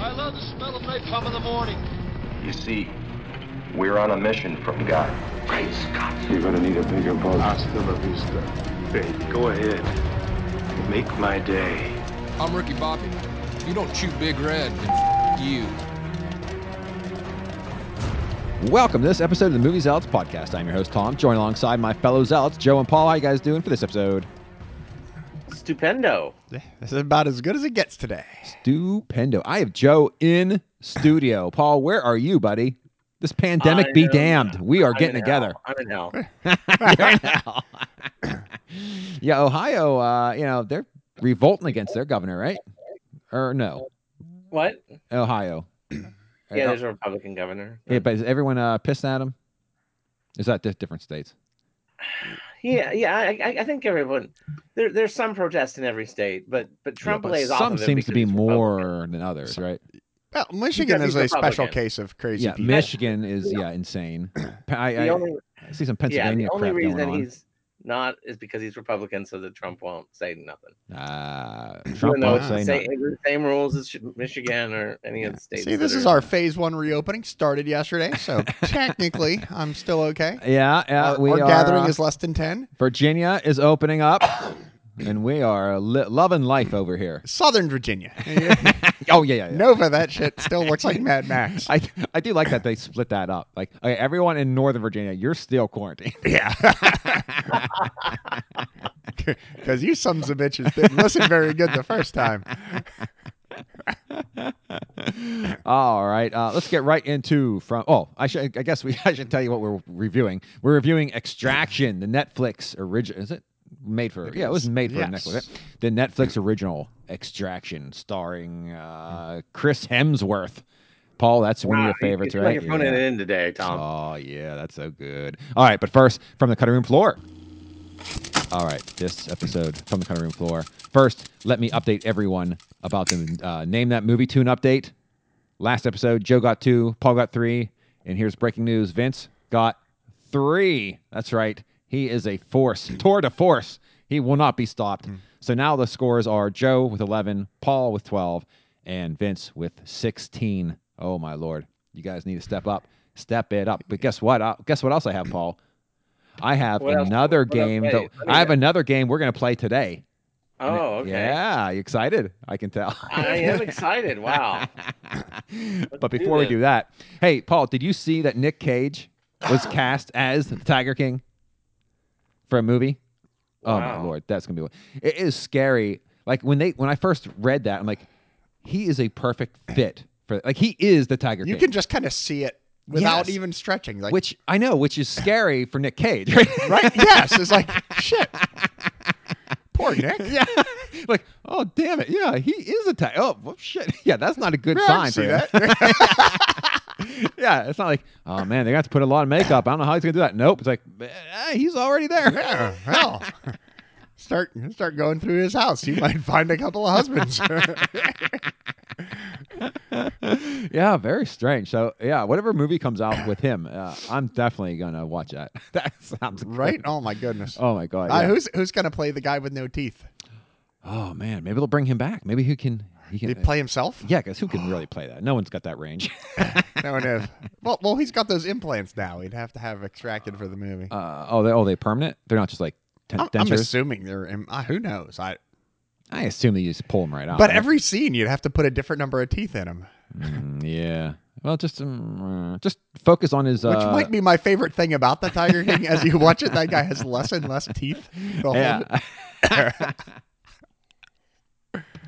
I love the smell of napalm in the morning. You see, we're on a mission from God. Great Scott. You're gonna need a bigger boat. Hasta la vista, baby. Go ahead. Make my day. I'm Ricky Bobby. You don't chew Big Red, then f- you. Welcome to this episode of the Movie Zealots podcast. I'm your host Tom, joined alongside my fellow zealots Joe and Paul. How you guys doing for this episode? Stupendo. This is about as good as it gets today. Stupendo. I have Joe in studio. Paul, where are you, buddy? This pandemic be damned. We are I'm getting in together. hell. I'm in hell. yeah, Ohio. Uh, you know they're revolting against their governor, right? Or no, What? Ohio. Yeah, there's a Republican governor. Yeah, but is everyone uh, pissed at him? Is that di- different states? Yeah, yeah. I, I, I think everyone. There, there's some protest in every state, but but Trump Yeah, but lays off. some of it seems to because be he's more Republican. than others, right? Well, Michigan Because is he's a special Republican. case of crazy Yeah, people. Michigan is yeah insane. Pa- I, The I- only, I see some yeah, Pennsylvania the only crap reason going on. he's not is because he's Republican, so that Trump won't say nothing. Ah, Even Trump though won't say it's the nothing. same, it's the same rules as Michigan or any of the states. See, that this are- is our phase one reopening. Started yesterday, so technically I'm still okay. Yeah, yeah, our we our are. gathering uh, is less than ten. Virginia is opening up, and we are li- loving life over here. Southern Virginia, Oh yeah, yeah, yeah. Nova. That shit still looks like Mad Max. I I do like that they split that up. Like okay, everyone in Northern Virginia, you're still quarantined. yeah, because you sons of bitches didn't listen very good the first time. All right, uh, let's get right into from. Oh, I should. I guess we. I should tell you what we're reviewing. We're reviewing Extraction, the Netflix original. Is it made for? yeah, it was made for Yes. Netflix. right? The Netflix original Extraction, starring uh, Chris Hemsworth. Paul, that's one of Wow, your you- favorites, you're right? fucking phoning Yeah. it in today, Tom. Oh yeah, that's so good. All right, but first from the cutting room floor. All right, this episode from the cutting room floor. First, let me update everyone about the uh, name that movie tune update. Last episode, Joe got two, Paul got three, and here's breaking news: Vince got three. That's right. He is a force, tour de force. He will not be stopped. Mm. So now the scores are Joe with 11, Paul with 12, and Vince with 16. Oh my lord, you guys need to step up, step it up. But guess what? Uh, guess what else I have, Paul? I have What else- another what else- game. hey, that- what do I you have got? another game we're gonna play today. Oh, okay. Yeah, you excited? I can tell. I am excited. Wow. but do before we this. do that, hey, Paul, did you see that Nick Cage was cast as the Tiger King for a movie? Oh my Wow. lord, that's gonna be one. It is scary. Like when they when I first read that, I'm like, he is a perfect fit for like he is the Tiger You King. can just kind of see it without Yes. even stretching. Like, which I know, which is scary for Nick Cage, right? right? yes, it's like shit. Poor Nick. yeah. Like, oh damn it, yeah, he is a tiger. Oh well, shit, yeah, that's not a good Yeah, I sign can for see him. that. yeah, it's not like, oh man, they got to put a lot of makeup. I don't know how he's gonna do that. Nope, it's like eh, he's already there. Yeah, hell. Start start going through his house. You might find a couple of husbands. yeah, very strange. So yeah, whatever movie comes out with him, uh, I'm definitely gonna watch that. That sounds good. right? Oh my goodness. Oh my god. Uh, yeah. who's who's gonna play the guy with no teeth? oh man, maybe they'll bring him back. Maybe he can. He can uh, Did he play himself? Yeah, because who can really play that? No one's got that range. No one is. Well, well, he's got those implants now. He'd have to have extracted for the movie. Uh, oh, they oh they permanent. They're not just like ten- I'm, I'm dentures. assuming they're. Im- uh, who knows? I. I assume they just pull them right out. But right? every scene, you'd have to put a different number of teeth in him, Mm, yeah. Well, just um, uh, just focus on his. which uh, might be my favorite thing about the Tiger King. As you watch it, that guy has less and less teeth. the whole- Yeah.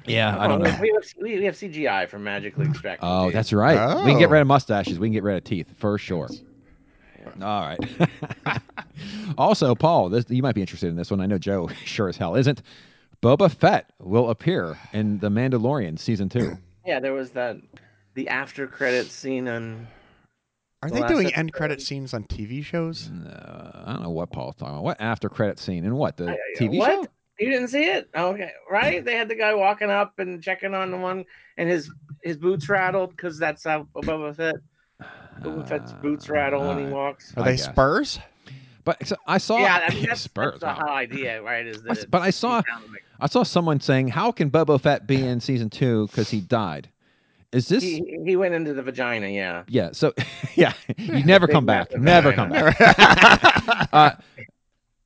yeah, I don't Oh, know. We have, we we have CGI for magically extracting. Oh, teeth. that's right. We can get Oh. rid of mustaches. We can get rid of teeth for sure. All right. also, Paul, this, you might be interested in this one. I know Joe sure as hell isn't. Boba Fett will appear in The Mandalorian season two. Yeah, there was that the after credit scene on Are The they last doing episode- end credit scenes on TV shows? Uh, I don't know what Paul's talking about. What after credit scene and what the TV what? show? Mm. You didn't see it? Okay, right? They had the guy walking up and checking on the one, and his his boots rattled because that's how Boba Fett Boba Fett's boots Ah, rattle when he alright. walks. Are I they guess. Spurs? Uh, But so I saw Yeah, I mean, that's, Spurs, that's the wow. whole idea, right? Is that I s- it- but I he's saw- down like- I saw someone saying, "How can Boba Fett be in season two because he died?" Is this? He, he went into the vagina. Yeah. Yeah. So, yeah, you never Big come mess back. of Never vagina. come back. uh,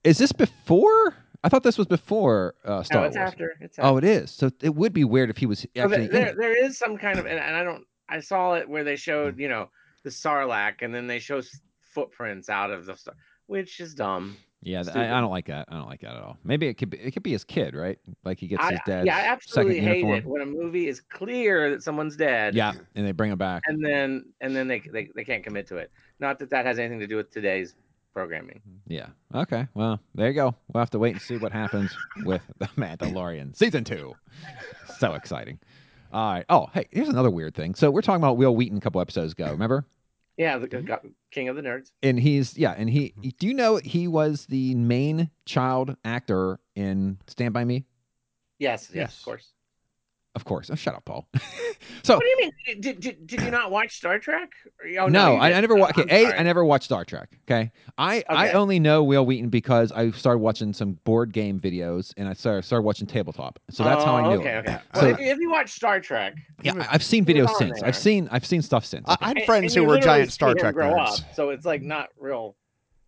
is this before? I thought this was before uh, Star No, it's Wars. after. It's after. Oh, E! it is. So it would be weird if he was So there- actually. in there, it. there is some kind of, and, and I don't, I saw it where they Mm. showed, you know, the Sarlacc, and then they show s- footprints out of the, star, which is dumb. Yeah, th- Stupid. I, I don't like that. I don't like that at all. Maybe it could be. It could be his kid, right? Like he gets I, his dad's yeah, I absolutely second hate uniform. it when a movie is clear that someone's dead. Yeah, and they bring him back. And then, and then they, they they can't commit to it. Not that that has anything to do with today's programming. Yeah. Okay. Well, there you go. We'll have to wait and see what happens with the Mandalorian season two. So exciting. All right. Oh, hey, here's another weird thing. So we're talking about Will Wheaton a couple episodes ago. Remember? Yeah, the Mm-hmm. go- King of the Nerds. And he's yeah, and he. Mm-hmm. Do you know he was the main child actor in Stand by Me? Yes, yes, Yes. of course. Of course. Oh, shut up, Paul. so What do you mean? Did, did, did you not watch Star Trek? Or- oh, no, you I, I didn't. never Oh, watched. I'm Okay, a, sorry. I never watched Star Trek. Okay, I I Okay. only know Will Wheaton because I started watching some board game videos and I started, started watching tabletop. So that's how I Oh, knew. Okay, him. okay. So- Well, if, you- if you watch Star Trek, Yeah, He was- I- I've seen he was videos on since. there. Uh, I've seen I've seen stuff since. I, I had and- friends and who you were literally giant Star see him Trek grow nerds. up, so it's like not real.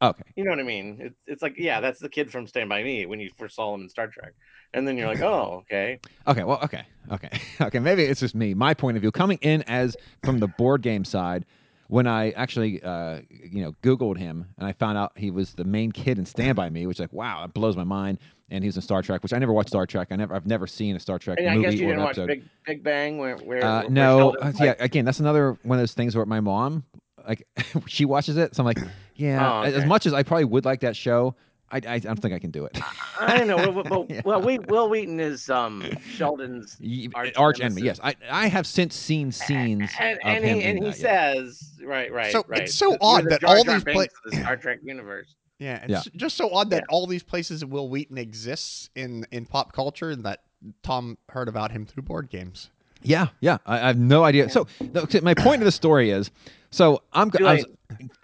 okay. You know what I mean? It's it's like yeah, that's the kid from Stand by Me when you first saw him in Star Trek, and then you're like, oh, okay. Okay. Well. Okay. Okay. Okay. Maybe it's just me. My point of view coming in as from the board game side. When I actually, uh, you know, Googled him and I found out he was the main kid in Stand By Me, which like, wow, it blows my mind. And he was in Star Trek, which I never watched Star Trek. I never, I've never seen a Star Trek And I movie guess you or an didn't watch episode. Big Big Bang where where, Uh, where no, Sheldon uh, was yeah. like- Again, that's another one of those things where my mom, like, she watches it, so I'm like, yeah. Oh, As okay. much as I probably would like that show, I, I don't think I can do it. I don't know. Well, well, Yeah. well, we, Will Wheaton is um Sheldon's Ye- Arch Arch, enemy. nemesis. Yes, I I have since seen scenes and, of and him he in and he that, yeah. says right right So it's right. so You're odd the that Jar all Jar these pla- Binks of the Star Trek universe. Yeah, it's Yeah. just so odd that all these places that Will Wheaton exists in in pop culture and that Tom heard about him through board games. yeah, yeah. I, I have no idea. So no, my point of the story is, so I'm Too I was,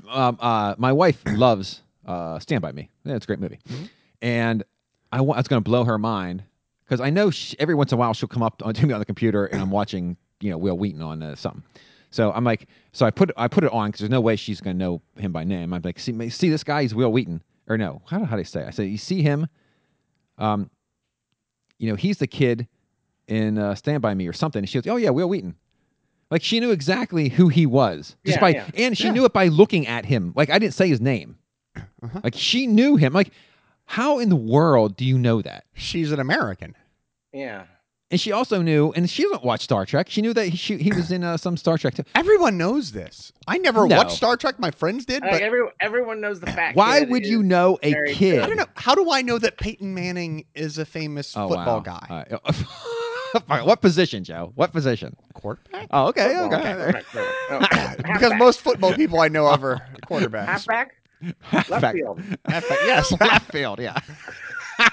um, uh, my wife loves uh, Stand by Me. Yeah, it's a great movie, and I, wa- I was going to blow her mind because I know she, every once in a while she'll come up on- to me on the computer and I'm watching you know Will Wheaton on uh, something. So I'm like, so I put I put it on because there's no way she's going to know him by name. I'm like, see, ma- see this guy, he's Will Wheaton, or no? How do how do I say? It? I said, you see him, um, you know, he's the kid in uh, Stand by Me or something. And she goes, oh yeah, Will Wheaton. Like she knew exactly who he was just Yeah, by, yeah. and she Yeah. knew it by looking at him. Like I didn't say his name. Uh-huh. Like she knew him. Like how in the world do you know that? She's an American. Yeah. And she also knew, and she doesn't watch Star Trek. She knew that he, she, he was in uh, some Star Trek. Too. Everyone knows this. I never No. watched Star Trek. My friends did, Like but every, everyone knows the fact. Why would you know a very kid? I don't know. How do I know that Peyton Manning is a famous Oh, football wow. guy? All right. All right, what position, Joe? What position? quarterback? Oh, okay. Football. okay. Right, right, right. Oh, Because halfback. most football people I know of are quarterbacks. halfback, left Halfback. field. Halfback, Yes. Left field, yeah.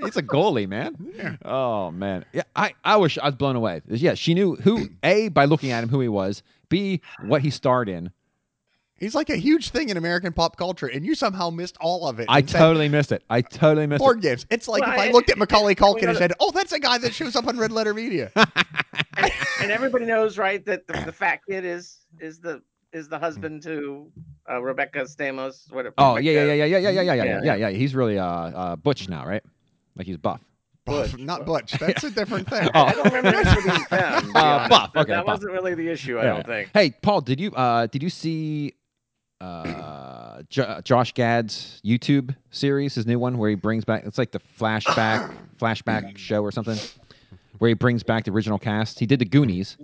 He's a goalie, man. Oh man, yeah. I, I was I was blown away. Yeah, she knew who a by looking at him who he was, b what he starred in. He's like a huge thing in American pop culture, and you somehow missed all of it. I and said totally missed it. I totally missed board games. It's like Well, if I I- looked at Macaulay Culkin and gotta- said, "Oh, that's a guy that shows up on Red Letter Media." And everybody knows, right, that the, the fat kid is is the is the husband to uh, Rebecca Stamos. What? it. Hmm. Oh Rebecca yeah yeah yeah yeah yeah yeah yeah yeah yeah Yeah. yeah. yeah. He's really uh, uh Butch now, right? Like he's buff. Buff, Butch. not Butch. That's a different thing. Oh. I don't remember much of these them. to be Uh, honest. Buff, That- okay, Buff. that wasn't really the issue. I Yeah. don't think. Hey Paul, did you uh did you see uh jo- Josh Gad's YouTube series, his new one where he brings back it's like the flashback flashback show or something where he brings back the original cast. He did the Goonies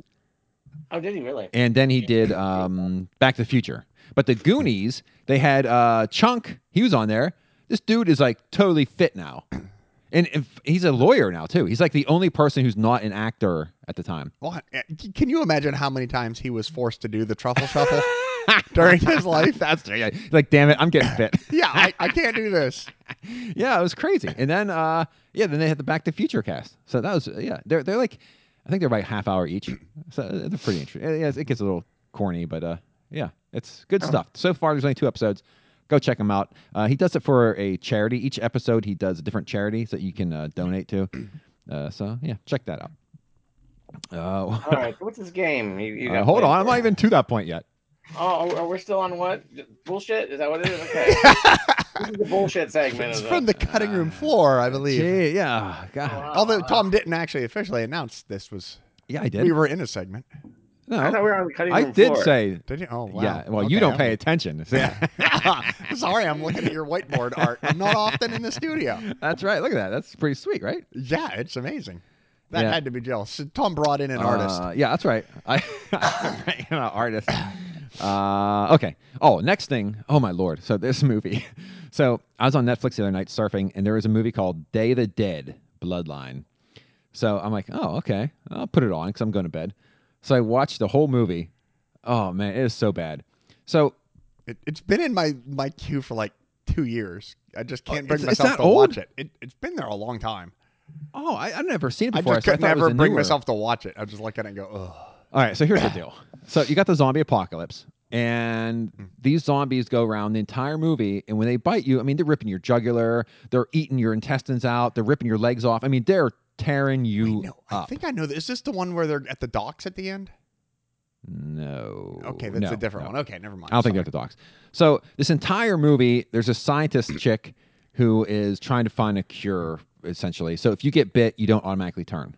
Oh, did he really? and then he did um Back to the Future. But the Goonies, they had uh Chunk, he was on there. This dude is like totally fit now. And if, he's a lawyer now too. He's like the only person who's not an actor at the time. Well, uh, c- Can you imagine how many times he was forced to do the truffle shuffle during his life? That's yeah. Like, damn it, I'm getting fit. Yeah, I, I can't do this. yeah, it was crazy. And then, uh, yeah, then they had the Back to Future cast. So that was yeah. They're they're like, I think they're about half hour each. So uh, they're pretty interesting. Yeah, it gets a little corny, but uh, yeah, it's Oh. good stuff. So far, there's only two episodes. Go check him out. Uh, he does it for a charity. Each episode, he does a different charity that you can uh, donate to. Uh, so yeah, check that out. Uh, All right, what's this game? Oh, You, you uh, got hold played on, I'm for? not even to that point yet. Oh, are- we're still on what bullshit? Is that what it is? Okay, this is the bullshit segment. It's of from the cutting room floor, I believe. Gee, yeah, God, Although Tom didn't actually officially announce this was, yeah, I did. we were in a segment. I thought no, we were on the cutting I room did floor. say, Did you? Oh, wow. yeah. Well, Okay, you don't I'm- pay attention. Sorry, I'm looking at your whiteboard art. I'm not often in the studio. That's right. Look at that. That's pretty sweet, right? Yeah, it's amazing. That Yeah. had to be jealous. Tom brought in an artist. Uh, yeah, that's right. I, I'm an artist. Uh, okay. Oh, next thing. Oh my lord. So this movie. So I was on Netflix the other night surfing, and there was a movie called Day of the Dead: Bloodline. So I'm like, oh okay, I'll put it on because I'm going to bed. So I watched the whole movie. Oh man, it is so bad. So It, it's been in my my queue for like two years. I just can't bring Oh, it's- it's myself not to old? watch it. it. It's been there a long time. oh, I, I've never seen it I before. just so could thought it was never a bring newer- myself to watch it. I just look at it and go, ugh. All right, so here's the deal. So you got the zombie apocalypse, and Hmm. these zombies go around the entire movie, and when they bite you, I mean, they're ripping your jugular, they're eating your intestines out, they're ripping your legs off. I mean, they're tearing you No, I up. think I know. This. Is this the one where they're at the docks at the end? no. Okay, that's no, a different no. one. Okay, never mind. I don't think Sorry. they're the docs. So this entire movie, there's a scientist chick who is trying to find a cure, essentially. So if you get bit, you don't automatically turn.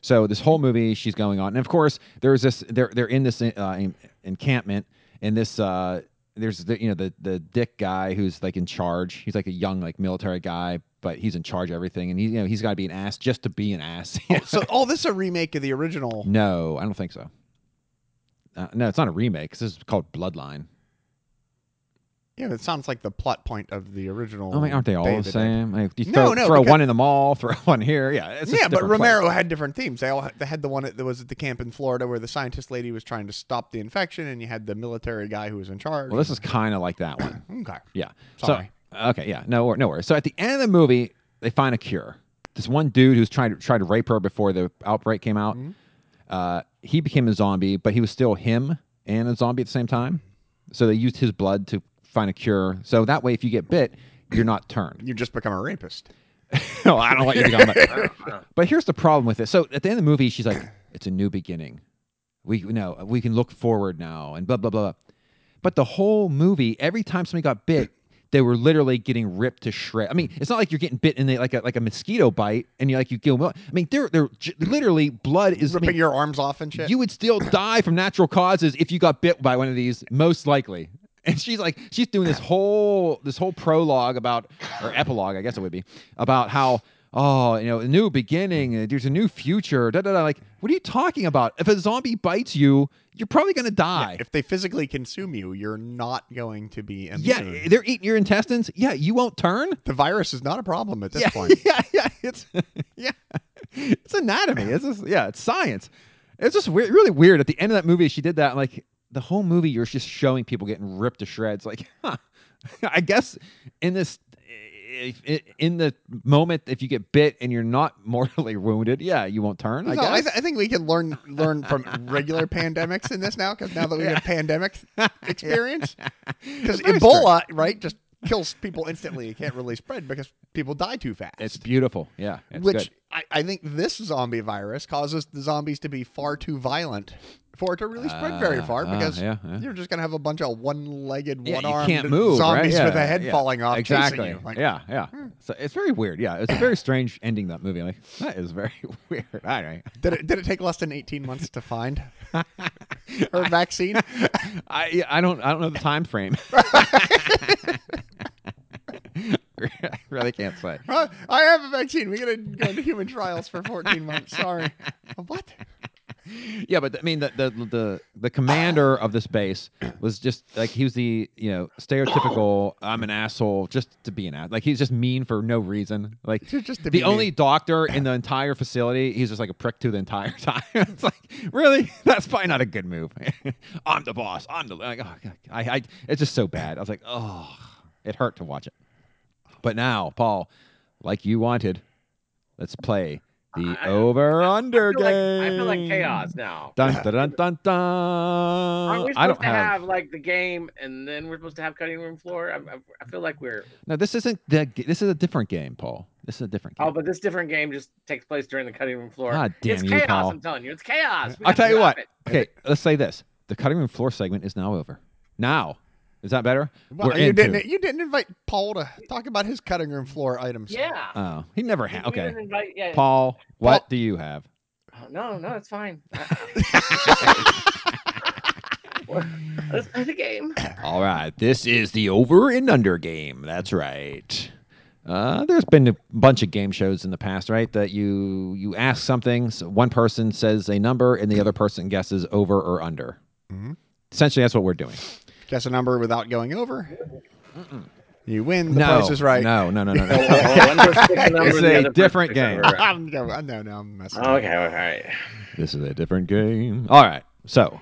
So this whole movie, she's going on, and of course, there's this. They're they're in this uh, en- encampment, and this uh, there's the, you know the the dick guy who's like in charge. He's like a young like military guy, but he's in charge of everything, and he you know he's got to be an ass just to be an ass. so, oh, this is a remake of the original. no, I don't think so. Uh, no, it's not a remake. 'cause This is called Bloodline. Yeah, it sounds like the plot point of the original. I mean, aren't they all Day the of Dead. same? Like, you No, throw, no, throw because- one in the mall, throw one here. Yeah, it's just yeah, but different Romero place. had different themes. They all had, they had the one that was at the camp in Florida where the scientist lady was trying to stop the infection, and you had the military guy who was in charge. Well, this is kind of like that one. okay. Yeah. Sorry. So okay, yeah, no, wor- no worries. So at the end of the movie, they find a cure. This one dude who's trying to try to rape her before the outbreak came out, Mm-hmm. uh, he became a zombie, but he was still him and a zombie at the same time. So they used his blood to find a cure. So that way, if you get bit, you're not turned. You just become a rapist. no, I don't want you to come back. but here's the problem with it. So at the end of the movie, she's like, "It's a new beginning. We no, we can look forward now." And blah blah blah. But the whole movie, every time somebody got bit, they were literally getting ripped to shred. I mean, it's not like you're getting bit in the, like a like a mosquito bite, and you like you kill. them. I mean, they're they're j- literally blood is. I Ripping mean, your arms off and shit. you would still die from natural causes if you got bit by one of these, most likely. And she's like, she's doing this whole this whole prologue about or epilogue, I guess it would be, about how oh you know a new beginning, uh, there's a new future, da da da. Like, what are you talking about? If a zombie bites you, you're probably gonna die. if they physically consume you, you're not going to be immune. Yeah, they're eating your intestines. Yeah, you won't turn. the virus is not a problem at this yeah, point. yeah, yeah. It's yeah, it's anatomy. It's just yeah, it's science. It's just weird, really weird. At the end of that movie, she did that. Like the whole movie, you're just showing people getting ripped to shreds. Like, huh, I guess in this, if, in the moment, if you get bit and you're not mortally wounded, yeah, you won't turn. I No, I, guess. th- I think we can learn learn from regular pandemics in this now, because now that we have pandemic experience, because Very Ebola, right, just kills people instantly. It can't really spread because people die too fast. it's beautiful. Yeah, it's which good. I, I think this zombie virus causes the zombies to be far too violent for it to really spread very Ah, far ah, because yeah, yeah. you're just gonna have a bunch of one-legged, Yeah, one-armed you can't move, right? zombies Yeah, with a head yeah. falling off. chasing Exactly. you. Like, hmm. yeah, yeah. So it's very weird. Yeah, it's a very strange ending that movie. Like that is very weird. All right. Did it, did it take less than 18 months to find her vaccine? I yeah, I don't I don't know the time frame. I really can't say. Huh? I have a vaccine. We're gonna go into human trials for 14 months. Sorry. What? Yeah, but I mean the the the, the commander of this base was just like he was the you know stereotypical I'm an asshole just to be an ass. Like he's just mean for no reason. Like Just- just to the be only mean. doctor in the entire facility. He's just like a prick to the entire time. it's like really that's probably not a good move. I'm the boss. I'm the like oh, God. I, I it's just so bad. I was like oh it hurt to watch it. But now Paul, like you wanted, let's play. The I- over I under feel game. like, I feel like chaos now. Dun, dun, dun, dun, dun. Aren't we supposed Uh, I don't to have... have. like the game, and then we're supposed to have cutting room floor? I, I, I feel like we're No, this isn't the. g- This is a different game, Paul. This is a different game. Oh, but this different game just takes place during the cutting room floor. Ah, damn it's you, chaos. Paul. I'm telling you, it's chaos. We I'll gotta tell you stop what. it. Okay, let's say this. The cutting room floor segment is now over. Now. Is that better? Well, We're you into- didn't. e You didn't invite Paul to talk about his cutting room floor items. Yeah. Oh, he never We- had. we Okay. didn't invite- yeah. Paul, what Paul- do you have? Oh, No, no, it's fine. Let's play the game. All right. This is the over and under game. That's right. Uh, there's been a bunch of game shows in the past, right? That you you ask something, so one person says a number, and the other person guesses over or under. Mm-hmm. Essentially, that's what we're doing. Guess a number without going over. You win. The no, price is right. No, no, no, no, Oh, no. oh, one person picks a number, It's the a other person different picks a game. number. I'm, no, no, no, I'm messing. with Okay, all right. This is a different game. All right. So,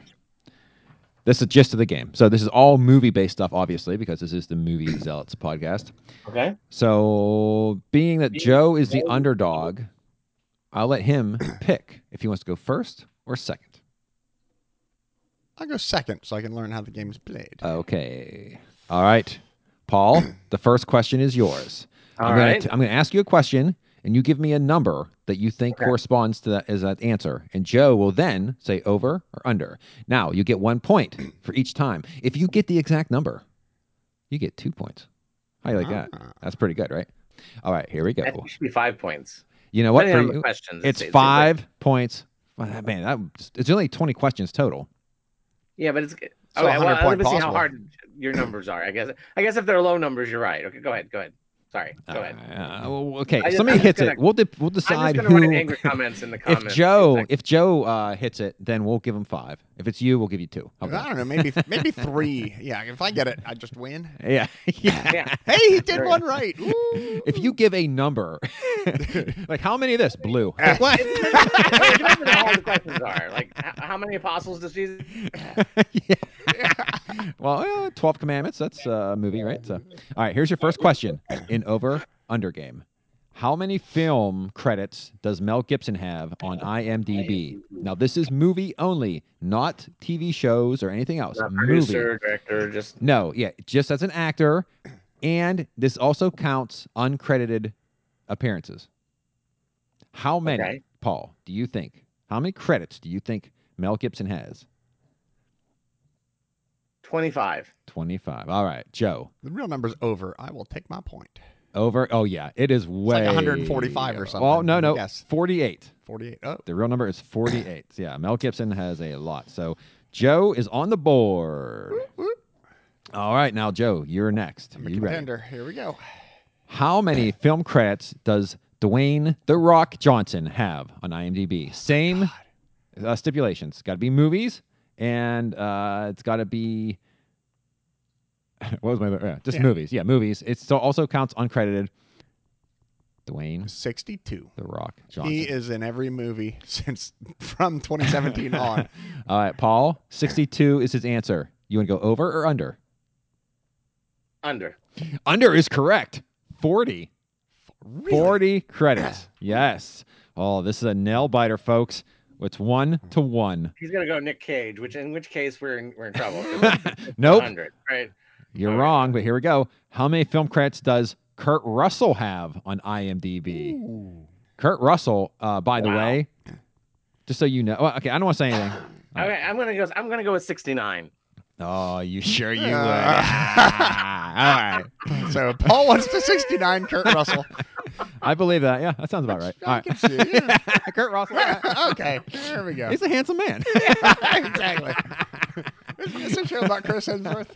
this is the gist of the game. So, this is all movie based stuff, obviously, because this is the Movie Zealots podcast. Okay. So, being that Joe is the underdog, I'll let him pick if he wants to go first or second. I'll go second so I can learn how the game's played. Okay. All right. Paul, the first question is yours. All I'm gonna, right. I'm going to ask you a question, and you give me a number that you think corresponds to that as that answer. And Joe will then say over or under. Now you get one point for each time. If you get the exact number, you get two points. How you like Ah, that? That's pretty good, right? All right, here we go. That should be five points. You know what? Depending for on the you- questions, it's it's- it's five points. Well, that- man, that, it's only 20 questions total. Yeah, but it's okay. So a well, 100 let point me see how possible. hard your numbers are. I guess. I guess if they're low numbers, you're right. Okay, go ahead. Go ahead. Sorry. Go ahead. Uh, well, okay, I just- somebody I'm just hits it. gonna- We'll de- we'll I'm decide just gonna write who. angry comments in the if comments. Joe if Joe uh, hits it, then we'll give him five. If it's you, we'll give you two. How I about don't know, maybe maybe three. Yeah, if I get it, I just win. that? Yeah. yeah. Yeah. Hey, he did Sure. one right. Ooh. If you give a number, like how many of this blue? Like, what? it depends on how hard the questions are. Like, h- how many apostles does Jesus? yeah. Well, uh, Twelve Commandments. That's uh, a movie, right? So, all right. Here's your first question in over under game. How many film credits does Mel Gibson have on IMDb? Now, this is movie only, not TV shows or anything else. Not movie. producer, director, just No, yeah, just as an actor, and this also counts uncredited appearances. How many, Okay. Paul, do you think? How many credits do you think Mel Gibson has? 25. 25. All right, Joe. the real number's over, I will take my point. Over. Oh yeah, it is way like 145 or Oh, something, no, I no. guess. 48. 48. Oh, The real number is 48. yeah, Mel Gibson has a lot. So, Joe is on the board. whoop. All right, now Joe, you're next. I'm a you ready? contender. Here we go. How many film credits does Dwayne The Rock Johnson have on IMDb? Same uh, stipulations. Got to be movies, and uh, it's got to be. what was my. Uh, just Yeah. movies. Yeah, movies. It still also counts uncredited. Dwayne 62. The Rock Johnson. He is in every movie since from 2017 on. All right, Paul, 62 is his answer. You want to go over or under? Under. Under is correct. 40. Really? 40 credits. yes. Oh, this is a nail biter, folks. It's one to one. He's gonna go Nick Cage, which in which case we're in, we're in trouble. 'cause nope, 100, right? you're wrong, but here we go. How many film credits does Kurt Russell have on IMDb? Kurt Russell, uh, by the way, just so you know. well, okay, I don't want to say anything. Okay, I'm gonna go. I'm gonna go with 69. Oh, you sure you would? all right. So Paul wants to 69, Kurt Russell. I believe that. Yeah, that sounds about right. All I right. can see. yeah. Kurt Russell. okay, there we go. He's a handsome man. exactly. Isn't this a show about Chris Hemsworth?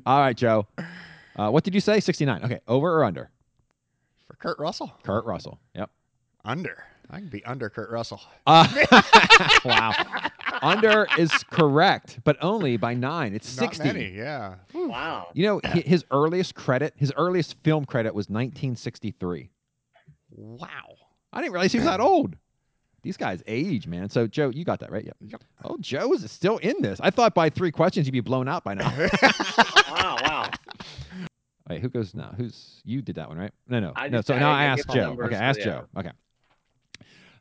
All right, Joe. Uh, what did you say? 69. Okay. Over or under? For Kurt Russell? Kurt Russell. Yep. Under. I can be under Kurt Russell. Uh, wow. Under is correct, but only by nine. It's Not 60. many, yeah. Wow. You know, hi- his earliest credit, his earliest film credit was 1963. Wow. I didn't realize he was that old. These guys age, man. So, Joe, you got that right? Yep. Yep. Oh, Joe is still in this. I thought by three questions you'd be blown out by now. Wow. Wow. Wait, who goes now? Who's you did that one, right? No, no. I no, just- so I- now I, I gave asked all Joe. numbers, okay, so ask yeah. Joe. Okay.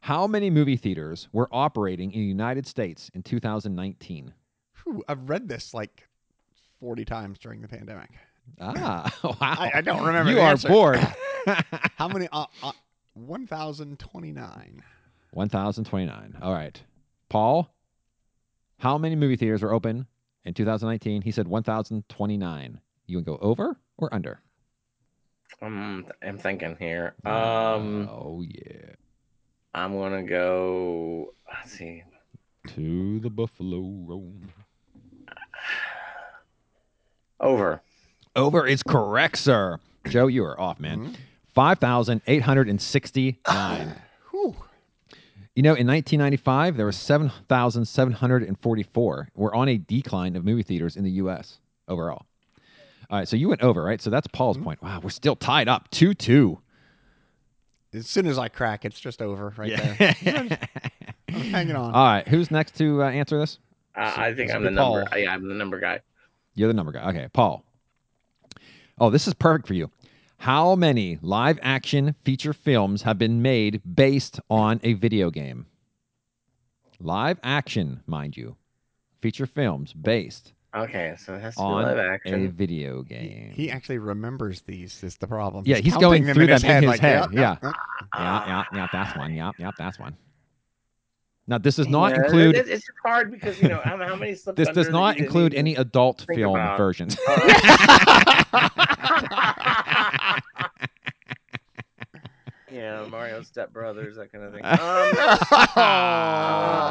How many movie theaters were operating in the United States in 2019? Whew, I've read this like 40 times during the pandemic. Ah, wow. I, I don't remember. you the are answer. bored. How many? Uh, uh, 1,029. 1,029. All right. Paul, how many movie theaters were open in 2019? He said 1,029. You would go over or under? Um, I'm thinking here. Um, oh, yeah. I'm gonna go. Let's see. To the Buffalo Room. Over. Over is correct, sir. Joe, you are off, man. Mm-hmm. 5,869. Whew. You know, in 1995, there were 7,744. We're on a decline of movie theaters in the U.S. overall. All right, so you went over, right? So that's Paul's Mm-hmm. point. Wow, we're still tied up 2 2. As soon as I crack, it's just over right there. I'm hanging on. All right, who's next to uh, answer this? I, I think so I'm the be number. Paul. Yeah, I'm the number guy. You're the number guy. Okay, Paul. Oh, this is perfect for you. How many live action feature films have been made based on a video game? Live action, mind you. Feature films based Okay, so it has to be on live a action. video game. he actually remembers these. Is the problem? yeah, he's going counting them through in them his in head. his like, head. yep, Yeah, yep, yep. yeah, yeah, yeah. That's one. Yep, yep. That's one. Now, this does Yeah, not it- include It's, it's hard because you know how, how many slipped this under does that not you didn't include even- any adult think film about. versions. Yeah, Mario Step Brothers, that kind of thing. Um,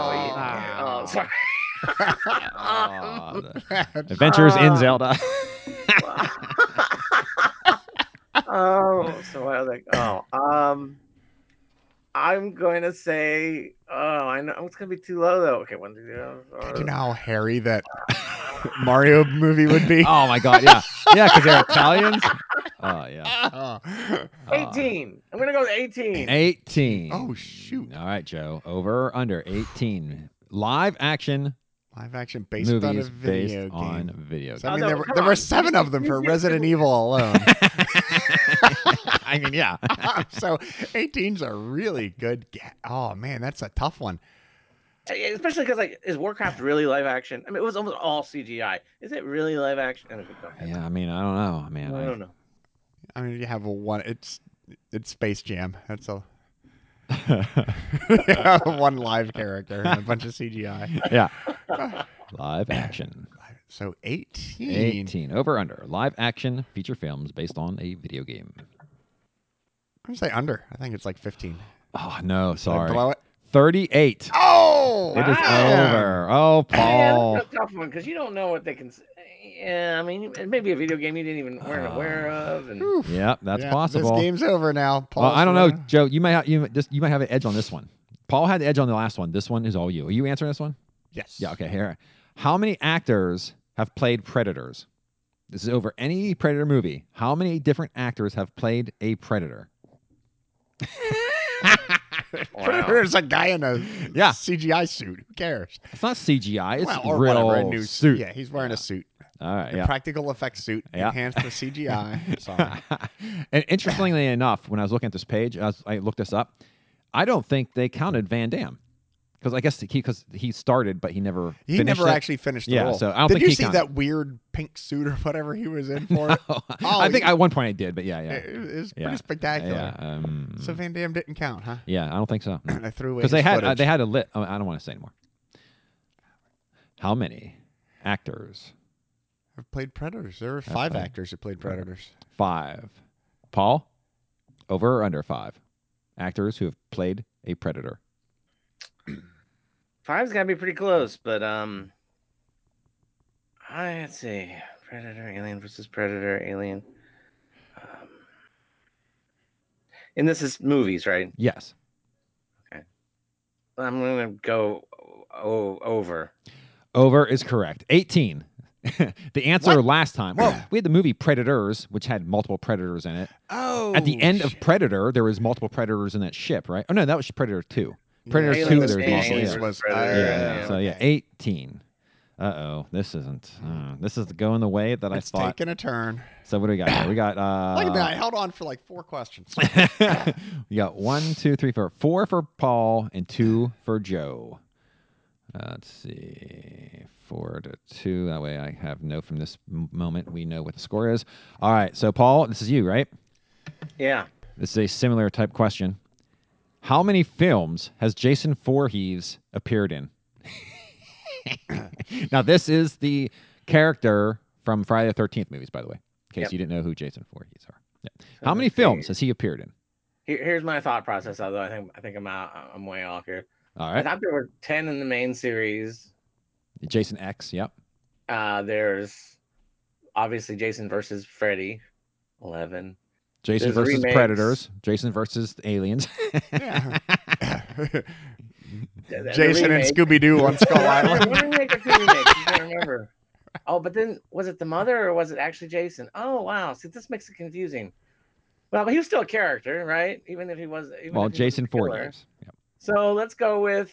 oh, yeah. oh, sorry. Aw, the Adventures in Ah. Zelda. oh, so I was like, oh, um, I'm going to say, oh, I know it's going to be too low though. Okay, one, two, three. four. Do you know how hairy that Mario movie would be? oh my god, yeah, yeah, because they're Italians. Oh yeah, Oh. Ah. 18. I'm going to go with 18. eighteen. Oh, shoot. All right, Joe, over or under eighteen live action Live action based on a movies based video game. on video. So, I Oh, mean, no, there, were, come there were on. seven of them for Easy- Resident Evil alone. I mean, yeah. so 18's a really good. Ga- oh man, that's a tough one. Especially because, like, is Warcraft really live action? I mean, it was almost all CGI. Is it really live action? And if it- go ahead. Yeah, I mean, I don't know, man. I don't know. I mean, you have a one. It's it's Space Jam. That's a one live character and a bunch of CGI. yeah. Live action. So 18. 18. Over under. Live action feature films based on a video game. I'm gonna say under. I think it's like 15. Did Oh, no. I Sorry. blow it? 38. Oh, It is Wow. over. Oh, Yeah, Paul. that's a tough one because you don't know what they can. s- Yeah, I mean, it may be a video game you didn't even weren't aware of, and Oof. Yep, that's Yeah, possible. This game's over now. Paul. well, I don't know, Joe. You might have you might- just you might have an edge on this one. Paul had the edge on the last one. This one is all you. Are you answering this one? Yes. Yeah. Okay. Here. How many actors have played predators? This is over any predator movie. How many different actors have played a predator? wow. There's a guy in a Yeah. CGI suit. Who cares? It's not CGI. It's well, or real whatever, a new suit. Yeah, he's wearing a suit. All right. A Yeah. practical effects suit Yeah. enhanced with CGI. Sorry. and interestingly enough, when I was looking at this page, I, was, I looked this up. I don't think they counted Van Damme because I guess because he, started, but he never He finished never it. actually finished the Yeah, role. so I don't Did think you he see counted. that weird pink suit or whatever he was in for? Oh, I think at one point I did, but yeah, it, yeah, it was Yeah. pretty spectacular. yeah. Um, So Van Damme didn't count, huh? yeah, I don't think so And I threw away because they his had uh, footage. they had a lit. Oh, I don't want to say anymore. How many actors? I've played Predators. There were five actors who played Predators. Five. Paul, over or under five? Actors who have played a predator. Five's got to be pretty close, but um, I let's see, Predator, Alien versus Predator, Alien. Um, and this is movies, right? Yes. I'm gonna go oh, over. Over is correct. 18. the answer What? last time. Well, we had the movie Predators, which had multiple predators in it. Oh. At the end of Predator, there was multiple predators in that ship, right? Oh no, that was Predator 2. Predator Alien 2 was there was the multiple. Aliens Yeah. was- Predator, Yeah, yeah, So yeah, 18. Uh-oh. This isn't. uh, this is going the way that It's I thought. taking a turn. So what do we got here? We got uh Look at that. I held on for like four questions. we got one, two, three, four. Four for Paul and two for Joe. Uh, let's see, four to two. That way, I have no from this m- moment. We know what the score is. All right. So, Paul, this is you, right? Yeah. This is a similar type question. How many films has Jason Voorhees appeared in? now, this is the character from Friday the Thirteenth movies, by the way. In case Yep. you didn't know who Jason Voorhees are. Yeah. How many films has he appeared in? Here, here's my thought process. Although I think I think I'm out. I'm way off here. All I right. thought there were ten in the main series. Jason X. Yep. Uh, there's obviously Jason versus Freddy, eleven. Jason There's versus remakes. Predators. Jason versus Aliens. The- Yeah. the Jason and remake. Scooby Doo on Skull Island. One remake or two remakes? I can't remember. Oh, but then was it the mother or was it actually Jason? Oh wow! See, this makes it confusing. Well, but he was still a character, right? Even if he was. Even well, if he was a Jason killer. Voorhees. Yep. So let's go with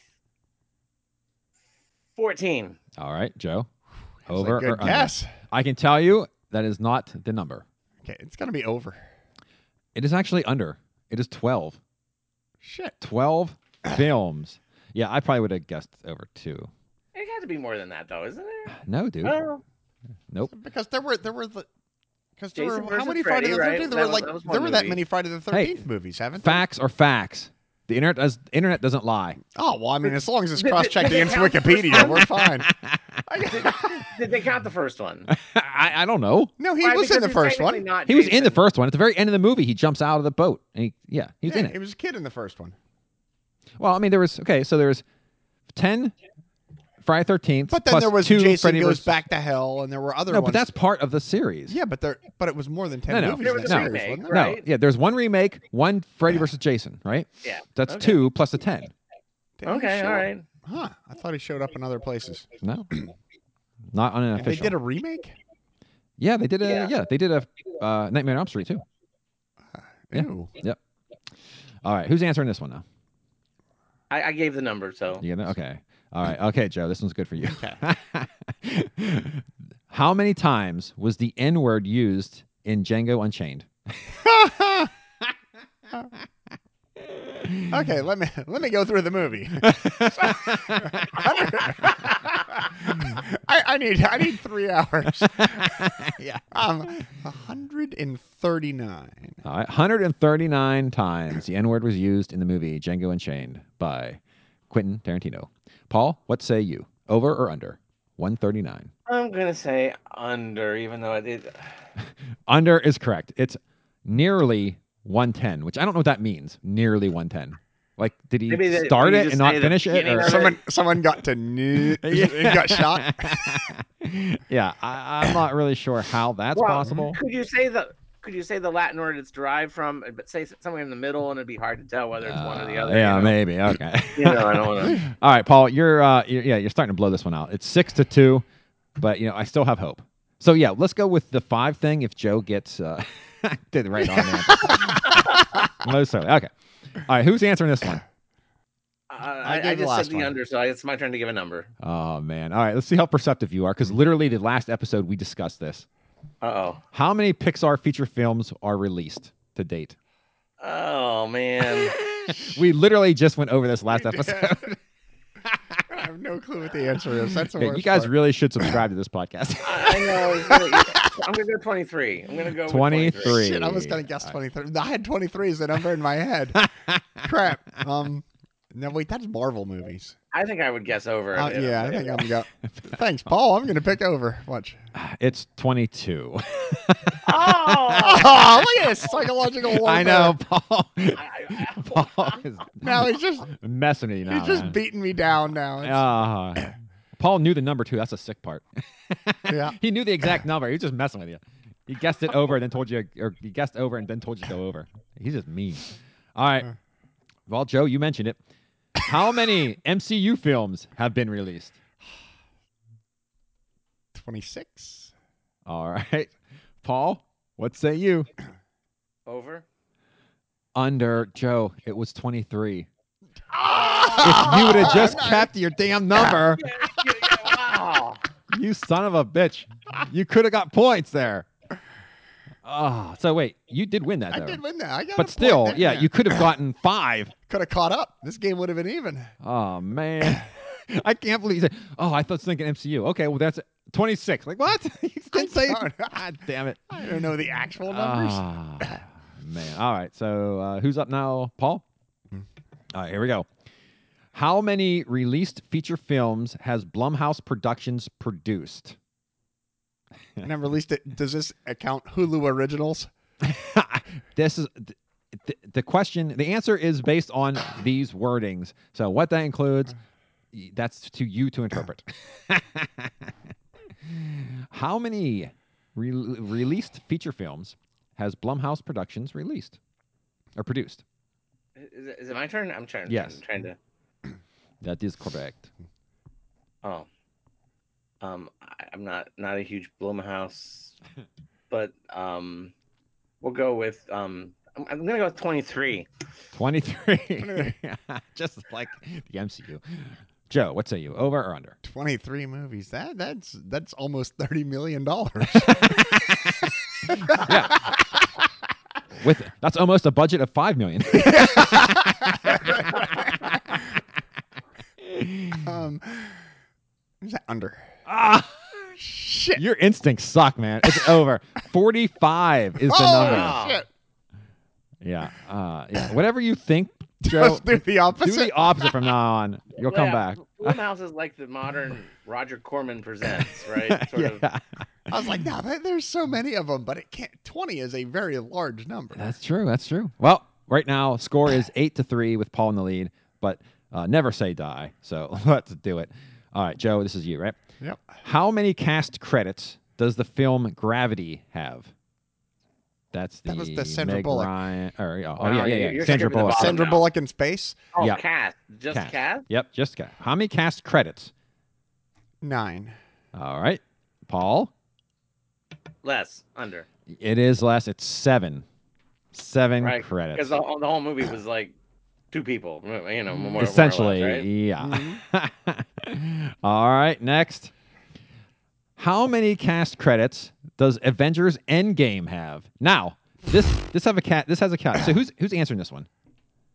fourteen. All right, Joe. That's a Over good or under? guess. I can tell you that is not the number. Okay, it's gonna be over. It is actually under. It is 12. Shit. 12 films. Yeah, I probably would have guessed over two. It had to be more than that, though, isn't it? No, dude. Oh, nope. Because there were there were the because there Jason were how versus many Freddy, Friday the right? Thirteenth? That There were was- like that was one there were that movie. many Friday the Thirteenth movies, haven't there? Facts are facts. The internet does internet doesn't lie. Oh well, I mean, as long as it's Did- did- cross-checked did it against count the first Wikipedia, we're fine. did they count the first one? I, I don't know. No, he Why? was in Because the he's first technically one. not He was in the Jason. first one. At the very end of the movie, he jumps out of the boat. And he, yeah, he was Yeah, in it. He was a kid in the first one. Well, I mean, there was okay. So there was ten Friday Thirteenth, But then there was two Jason Freddy goes versus- back to hell, and there were other No, ones. but that's part of the series. yeah, but there but it was more than ten No, no. movies. There in was that a series, remake, wasn't there? No, right? yeah. There's one remake, one Freddy versus Jason, right? Yeah. That's Okay. two plus a ten. Didn't he Okay, show all up? right. Huh? I thought he showed up in other places. No, not on an And they official. did a remake. yeah, they did a yeah. Yeah. they did a uh, Nightmare on Elm Street too. Yeah. Ew. Yep. All right, who's answering this one now? I, I gave the number, so You know? Okay. All right. Okay, Joe, this one's good for you. How many times was the N word used in Django Unchained? Okay, let me let me go through the movie. I, I need I need three hours. yeah, um, hundred and thirty nine. All right, 139 times the N word was used in the movie Django Unchained by Quentin Tarantino. Paul, what say you? Over or under? 139. I'm gonna say under, even though I did. Under is correct. It's nearly 110, which I don't know what that means. Nearly 110. Like, did he Maybe they- start you it just and not say the finish it? beginning or- of it. Someone someone got to knew and got shot. yeah, I, I'm not really sure how that's Well, possible. Could you say the Could you say the Latin word it's derived from, Uh, but say somewhere in the middle, and it'd be hard to tell whether it's one or the Uh, other. yeah, you know? maybe. Okay. You know, I don't want to. All right, Paul, you're, uh, you're yeah, you're starting to blow this one out. It's six to two, but you know I still have hope. So yeah, let's go with the five thing. If Joe gets uh, did the right on there, most certainly. Okay. All right, who's answering this one? Uh, I, I gave the just said last the one. under, so it's my turn to give a number. Oh man. All right, let's see how perceptive you are, because literally the last episode we discussed this. Uh oh. How many Pixar feature films are released to date? Oh man. We literally just went over this last episode. I have no clue what the answer is. That's the Man, worst you guys part. really should subscribe to this podcast. I I know. it's gonna- I'm gonna go 23. I'm gonna go with 23. Twenty-three. Shit, I was gonna guess twenty three. I had twenty three as the number in my head. Crap. Um, no wait, that's Marvel movies. I think I would guess over. Uh, if- yeah, I think I'm gonna. Thanks, Paul. I'm gonna pick over. Watch. It's twenty-two. Oh. Oh, look at this psychological warfare. I know, Paul. I- I- Paul is Now he's just messing with you now. he's just man. beating me down now. It's- Ah. Paul knew the number too. That's a sick part. yeah. He knew the exact number. He was just messing with you. He guessed it over and then told you, or he guessed over and then told you to go over. He's just mean. All right. Uh. Well, Joe, you mentioned it. How many MCU films have been released? Twenty six. All right. Paul, what say you? over. Under Joe, it was 23. Ah! if you would have just kept your damn number, wow. you son of a bitch. You could have got points there. Ah, so wait, you did win that I though. did win that. I got but a point still, there. yeah, you could have gotten five. could have caught up. This game would have been even. Oh man. I can't believe you said, oh, I thought it's thinking MCU. Okay, well, that's 26. Like, what? you didn't say God damn it. I don't know the actual numbers. Ah, man. All right. So uh, who's up now, Paul? All right, here we go. How many released feature films has Blumhouse Productions produced? and I released it. Does this account Hulu originals? this is the, the question. The answer is based on these wordings. So what that includes, y- that's to you to interpret. How many re- released feature films has Blumhouse Productions released or produced? Is it, is it my turn? I'm trying. Yes. I'm trying to. That is correct. Oh. Um, I, I'm not not a huge Blumhouse, but um, we'll go with um. I'm, I'm gonna go with 23. 23. Just like the MCU. Joe, what say you? Over or under? 23 movies. That that's that's almost 30 million dollars. With that's almost a budget of 5 million. um is that under? ah, Shit. your instincts suck, man. It's over. 45 is the Oh, number. shit. Yeah. Uh, yeah. Whatever you think, Joe, Let's do the do opposite. the opposite from now on. You'll come Yeah, back. Blumhouse is like the modern Roger Corman presents, right? Sort of. Yeah, I was like, no, there- there's so many of them, but it can't. 20 is a very large number. that's true. That's true. Well, right now, score is 8 to 3 with Paul in the lead, but uh, never say die. So let's do it. All right, Joe, this is you, right? Yep. How many cast credits does the film Gravity have? That's the That was the Sandra Meg Bullock. Ryan. Or, oh, Wow, yeah, you're- yeah, yeah. Sandra you're skipping the Bullock. bottom. Sandra now. Bullock in space, Oh, Yeah. cast. Just cast. Yep, just cast. How many cast credits? nine. All right, Paul. Less. Under. It is less. It's seven. Seven Right. Because credits. the, whole- the whole movie was like two people, you know, more, more or less, Essentially, right? yeah. All right, next. How many cast credits does Avengers Endgame have? Now, this this have a cat. This has a cat. So who's who's answering this one?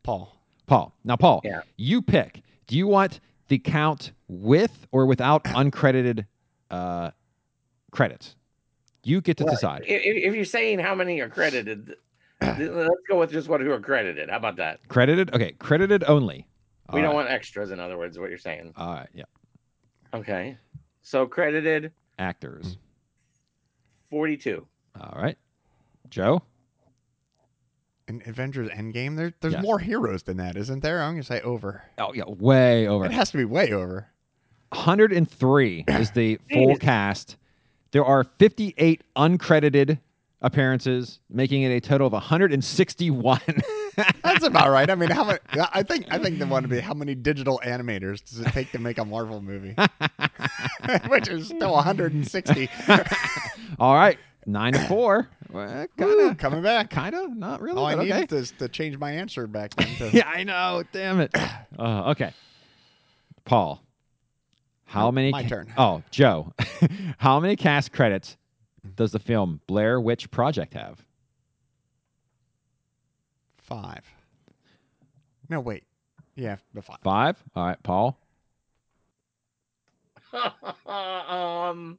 Paul. Paul. Now, Paul, Yeah. you pick. Do you want the count with or without uncredited uh, credits? You get to decide. If, if if you're saying how many are credited, th- th- let's go with just what who are credited. How about that? Credited? Okay, credited only. we All don't right. want extras, in other words, what you're saying. All right, yeah. Okay. So credited Actors. 42. All right. Joe? In Avengers Endgame, there, there's Yes. more heroes than that, isn't there? I'm going to say over. Oh, yeah, way over. It has to be way over. 103 is the full Jeez. cast. There are 58 uncredited appearances, making it a total of 161. That's about right. I mean, how many? I think I think the one to be how many digital animators does it take to make a Marvel movie? Which is still 160. All right, nine to four. Well, Ooh, kinda, coming back. kinda, not really. All Oh, I but needed okay. is to change my answer back then. To, yeah, I know. Damn it. Uh, okay, Paul. How many? my turn. Oh, Joe. how many cast credits does the film Blair Witch Project have? Five. No, wait. Yeah, the five. Five. All right, Paul. um,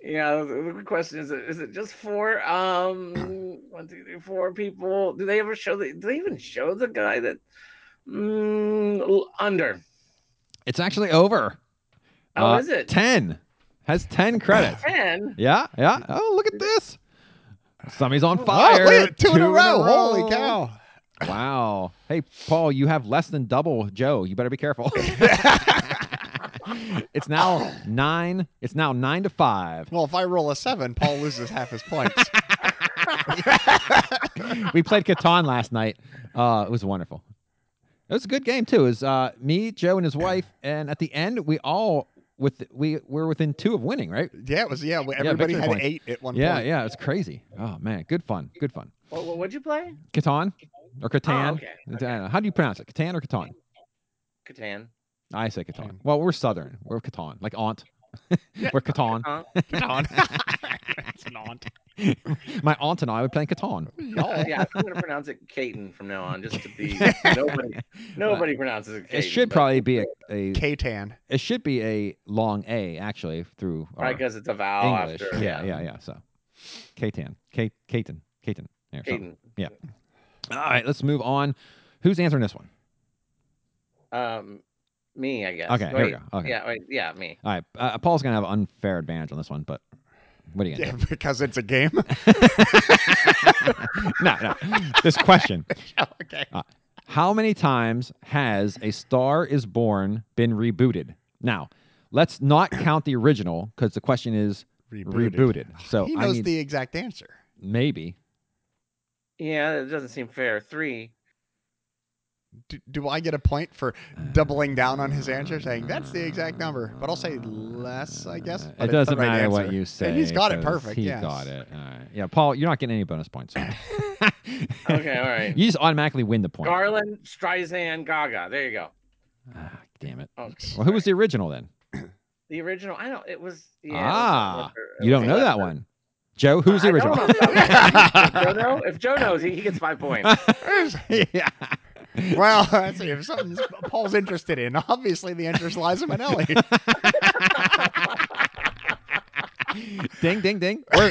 yeah, the the question is, is it just four? Um, one, two, three, four people. Do they ever show the? Do they even show the guy that? Mm, l- under. It's actually over. Oh, Uh, is it ten? Has ten credits. ten? yeah, yeah. Oh, look at this. Somebody's on Oh, fire. wait, two, in a row. Holy cow. Wow. Hey, Paul, you have less than double Joe. You better be careful. it's now nine. It's now nine to five. Well, if I roll a seven, Paul loses half his points. We played Catan last night. Uh, it was wonderful. It was a good game too. It was uh, me, Joe, and his wife, and at the end we all with we were within two of winning, right? yeah, it was. Yeah, we- everybody victory had points. eight at one Yeah, point. yeah. It's crazy. Oh man, good fun. Good fun. What, what would you play? Catan or Catan? Oh, okay, I don't know. How do you pronounce it? Catan or Catan? Catan. I say Catan. Well, we're Southern. We're Catan, like aunt. we're Catan. Huh? it's an aunt. My aunt and I were playing Catan. Oh, yeah, I'm gonna pronounce it Caton from now on, just to be nobody. Nobody pronounces it. Caton, It should but- probably be a, a Catan. it should be a long A actually through our Right, because it's a vowel English. after. yeah, yeah, yeah. So Catan, Kate, Caton, Caton. Yeah, or something. Caton. All right, let's move on. Who's answering this one? Um, me, I guess. Okay, here we Wait, go. Okay. Yeah, wait, yeah, me. All right, uh, Paul's gonna have an unfair advantage on this one, but what are you gonna Yeah, because it's a game. do? No, no. this question: Uh, okay. How many times has A Star Is Born been rebooted? Now, let's not count the original because the question is rebooted. So Oh, He I knows need the exact answer. maybe. Yeah, it doesn't seem fair. Three. Do, do I get a point for doubling down on his answer, saying that's the exact number? But I'll say less, I guess. Uh, but it it's the doesn't right matter what answer. you say. And he's got it 'cause perfect. He yes. got it. All right. Yeah, Paul, you're not getting any bonus points. Okay, all right. You just automatically win the point. Garland, Streisand, Gaga. There you go. Ah, damn it. Oh, Well, who was the original then? The original, I don't. It was. Yeah, it was ah, another- it you don't was know another- that one. Joe, who's the I don't original? know that one. If Joe know- if Joe knows, he, he gets five points. yeah. Well, that's if something Paul's interested in, obviously the interest lies in Manelli. Ding, ding, ding. Or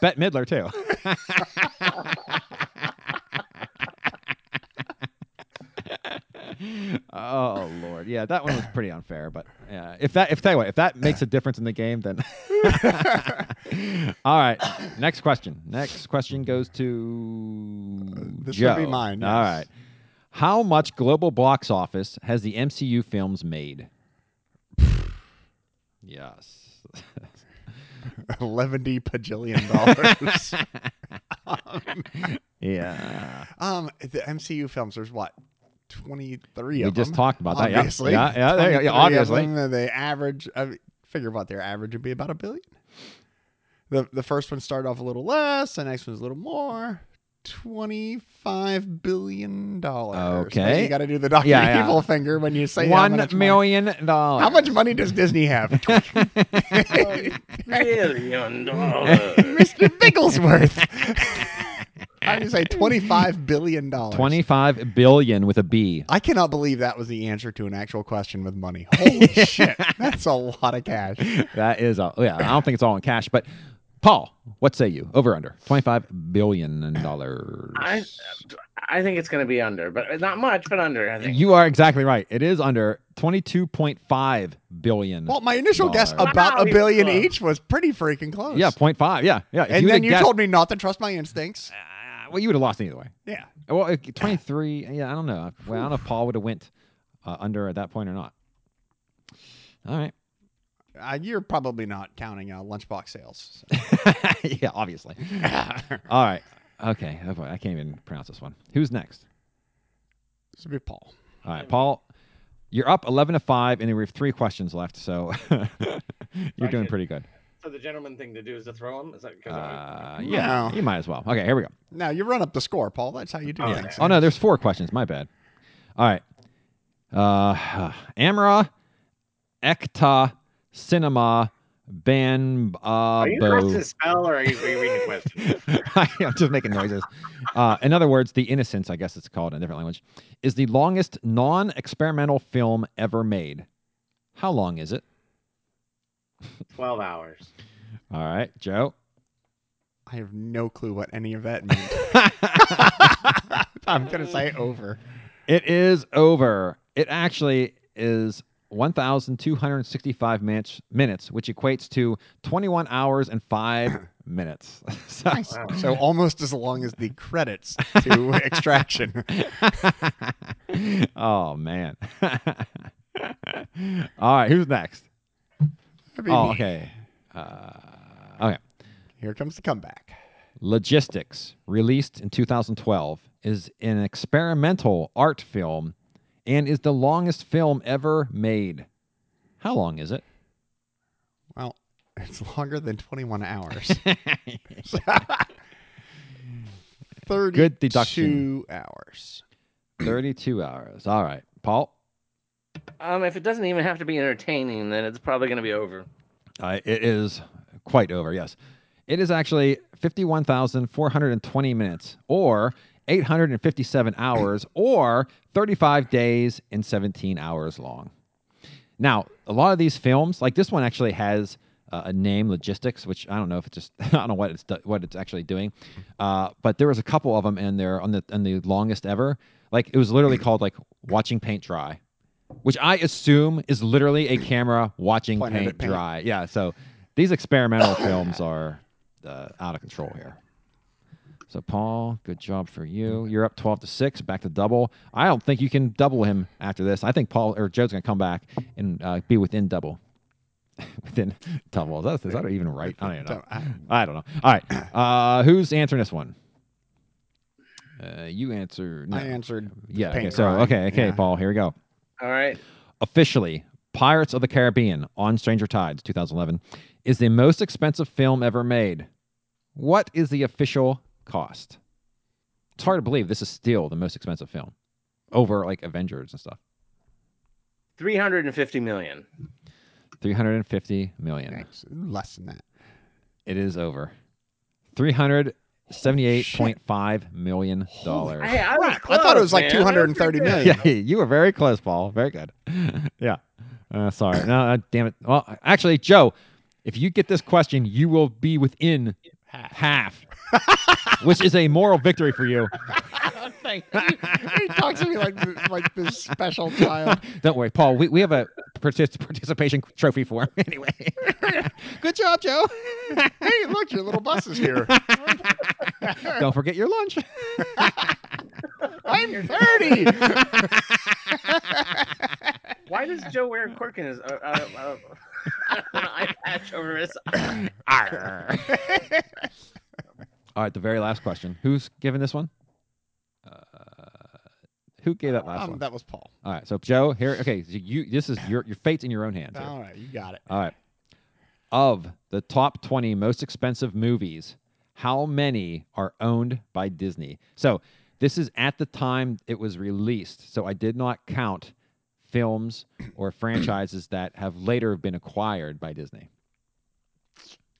Bet Midler, too. oh lord yeah that one was pretty unfair but yeah if that if tell you what if that makes a difference in the game then all right next question next question goes to this Joe. would be mine, all yes. right how much global box office has the mcu films made yes Eleven D pajillion dollars. yeah um, the MCU films. There's what. 23 we of just them, talked about that yeah. obviously. yeah yeah, there you go. 23 yeah of obviously them, the average, I mean, figure what their average would be about a billion. The the first one started off a little less, the next one's a little more. Twenty-five billion dollars. Okay. Now you got to do the Doctor Yeah, yeah. Evil finger when you say how one much million dollars Money, how much money does Disney have? Billion dollars. Mr. Bigglesworth. How do you say twenty-five billion dollars? 25 billion with a b I cannot believe that was the answer to an actual question with money. Holy shit, that's a lot of cash. That is all. Yeah, I don't think it's all in cash, but Paul, what say you? Over under twenty five billion dollars. I, I think it's going to be under, but not much, but under. I think. You are exactly right. It is under twenty two point five billion. Well, my initial guess dollars. about Wow, he a was billion close. each was pretty freaking close. yeah, point five. Yeah, yeah. If And would've then you guessed- told me not to trust my instincts. Ah, well, you would have lost either way. Yeah. Well, twenty three. Yeah, I don't know. Well, I don't know if Paul would have went uh, under at that point or not. All right. Uh, you're probably not counting uh, lunchbox sales. yeah, obviously. all right. Okay. Oh boy, I can't even pronounce this one. Who's next? This would be Paul. All right, Paul, you're up 11 to 5, and we have three questions left, so you're I doing should- pretty good. So the gentleman thing to do is to throw him. Is that because Uh, No. yeah, you might as well. Okay, here we go. Now you run up the score, Paul. That's how you do Yeah. things. Oh, no, there's four questions. My bad. All right. Uh, Amara, Ekta, Cinema, Ban. uh, are you cursing to spell or are you, are you reading the question? I'm just making noises. Uh, in other words, The Innocence, I guess it's called in a different language, is the longest non experimental film ever made. How long is it? Twelve hours. All right, Joe. I have no clue what any of that means. I'm gonna say over. It is over. It actually is 1,265 minutes, minutes, which equates to 21 hours and five minutes. So- So almost as long as the credits to Extraction. oh, man. All right, who's next? I mean, Oh, okay. Uh, okay. Here comes the comeback. Logistics, released in 2012, is an experimental art film and is the longest film ever made. How long is it? Well, it's longer than 21 hours. 32 Good deduction. hours. 32 hours. All right, Paul. Um, if it doesn't even have to be entertaining, then it's probably going to be over. Uh, it is quite over, yes. It is actually 51,420 minutes or 857 hours or 35 days and 17 hours long. Now, a lot of these films, like this one, actually has uh, a name, Logistics, which I don't know if it's just I don't know what it's do- what it's actually doing, uh, but there was a couple of them in there on the on the longest ever. Like it was literally called like watching paint dry, which I assume is literally a camera watching Pointed at paint paint. dry. Yeah, so these experimental films are uh, out of control here. So Paul, good job for you. You're up twelve to six, back to double. I don't think you can double him after this. I think Paul or Joe's gonna come back and uh, be within double. within double. Is that, is that even right? I don't even know. I don't know. All right, uh, who's answering this one? Uh, you answer. No. I answered. Yeah. paint Okay, so dry. okay, okay, Yeah. Paul. Here we go All right. officially Pirates of the Caribbean on Stranger Tides 2011 is the most expensive film ever made. What is the official cost? It's hard to believe this is still the most expensive film over like Avengers and stuff. 350 million. 350 million. Thanks. Less than that. It is over. 378.5 million dollars. Hey, I, was Crap, I thought it was close, like man. I was 230 pretty good. million. yeah, you were very close, Paul. Very good. yeah. Uh, sorry. No, uh, damn it. Well, actually, Joe, if you get this question, you will be within half, which is a moral victory for you. Thank you. He talks to me like th- like this special Oh. child. Don't worry, Paul. We, we have a partic- participation trophy for him anyway. good job, Joe. Hey, look, your little bus is here. Don't forget your lunch. I'm 30. Why does Joe wear a cork in his uh, uh, uh, eye patch over his eye? All right, the very last question. Who's giving this one? Uh, who gave that last Um, one? that was Paul. All right, so Joe, here. Okay, so you. This is your your fate's in your own hands. here. All right, you got it. All right. Of the top 20 most expensive movies, how many are owned by Disney? So this is at the time it was released. So I did not count films or franchises that have later been acquired by Disney.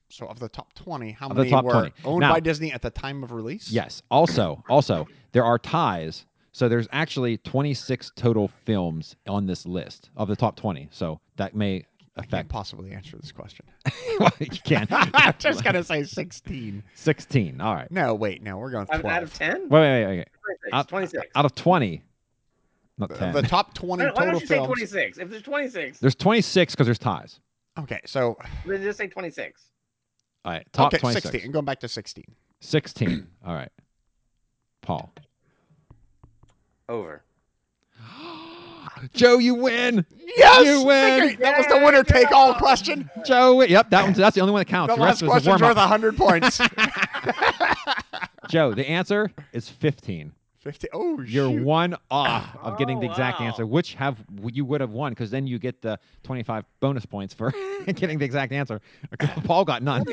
So of the top 20, how Of the many top were 20. owned Now- by Disney at the time of release? Yes. Also, also there are ties. So there's actually 26 total films on this list of the top 20. So that may Can't affect. possibly answer this question. well, you can. I'm just gonna say 16. 16. All right. No, wait, no, we're going Out 12. of- out of 10? Wait, wait, wait. wait. 26. Out- 26. out of 20 not Of 10 the top 20 Why- Why total don't you say films. 26? If there's 26, there's 26 because there's ties Okay, so then just say 26. all right top okay, 26 16. I'm going back to 16. 16 all right paul Over. joe you win Yes, you win Victory! That was the winner take all question. joe win. yep that one's that's the only one that counts The Oh, the rest last of us is question's worth warm-up. 100 points. joe the answer is 15 50. Oh, you're shoot. one off of getting Oh, the exact wow. answer which have you would have won because then you get the 25 bonus points for getting the exact answer paul got none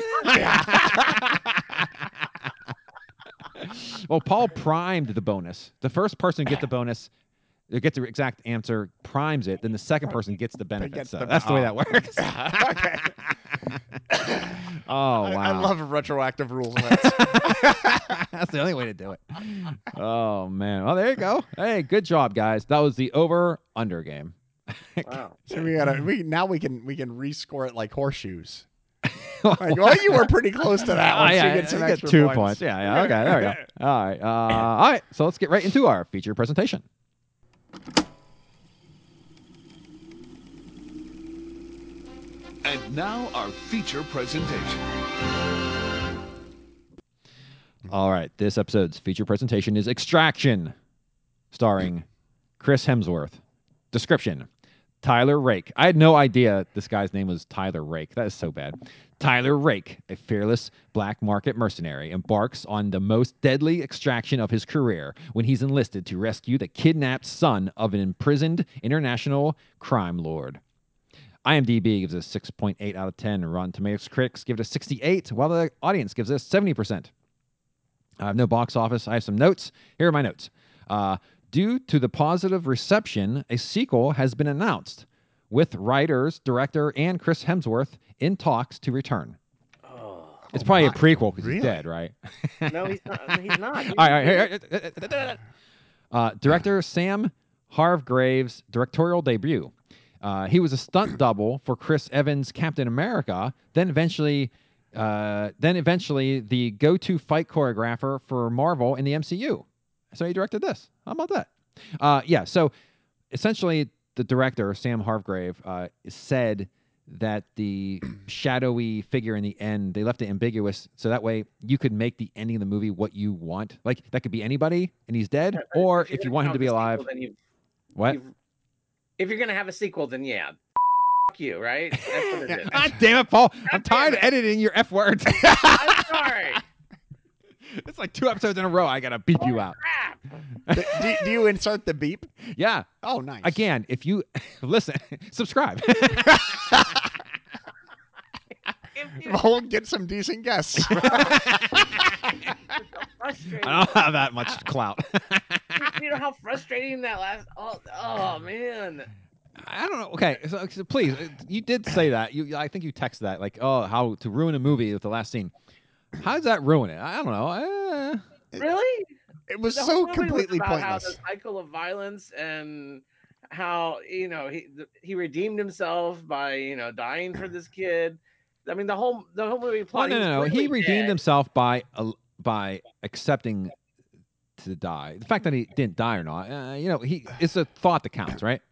well, Paul primed the bonus. The first person to get the bonus, they get the exact answer, primes it. Then the second person gets the benefit. gets so the- that's the way that oh. works. okay. oh wow! I, I love retroactive rules. That's that's the only way to do it. Oh man! Well, there you go. Hey, good job, guys. That was the over under game. Wow. So we gotta we now we can we can rescore it like horseshoes. Like, well, you were pretty close to that one. Oh, so yeah, you get some you extra two points. Yeah, yeah. Okay, there we go. All right, uh, all right. So let's get right into our feature presentation. And now our feature presentation. Mm-hmm. All right, this episode's feature presentation is Extraction, starring Chris Hemsworth. Description Tyler Rake. I had no idea this guy's name was Tyler Rake. That is so bad. Tyler Rake, a fearless black market mercenary, embarks on the most deadly extraction of his career when he's enlisted to rescue the kidnapped son of an imprisoned international crime lord. IMDb gives us 6.8 out of 10. and Rotten Tomatoes critics give it a 68, while the audience gives us 70%. I have no box office. I have some notes. Here are my notes. Uh, due to the positive reception, a sequel has been announced with writers, director, and Chris Hemsworth in talks to return. It's probably Oh a my. prequel because Really? he's dead, right? Oh. No, he's not. He's not. all right, all right, all right, all right. Uh, director Sam Hargrave's directorial debut. Uh, he was a stunt double for Chris Evans' Captain America, then eventually, uh, then eventually the go-to fight choreographer for Marvel in the MCU. So he directed this. How about that? Uh, yeah. So essentially, the director Sam Hargrave uh, said that the shadowy figure in the end they left it ambiguous so that way you could make the ending of the movie what you want like that could be anybody and he's dead or if you want him to be alive then you, what you've- if you're gonna have a sequel, then yeah, fuck you, right? That's what it is. god damn it paul i'm God damn tired of it. editing your f words I'm sorry. it's like two episodes in a row i gotta beep you out Crap. do, do you insert the beep? yeah Oh, nice. again if you listen subscribe If you Well, get some decent guests. frustrated. i don't have that much clout you know how frustrating that last. Oh, oh man. I don't know. Okay, so, so please, uh, you did say that. You, I think you texted that, like, oh, how to ruin a movie with the last scene. How does that ruin it? I don't know. Eh. Really? It was The whole so movie was completely about How pointless. the cycle of violence and how you know he th- he redeemed himself by you know dying for this kid. I mean the whole the whole movie Well, plot. no, was no, no. He clearly redeemed dead. himself by uh, by accepting to die. The fact that he didn't die or not, uh, you know, he it's a thought that counts, right?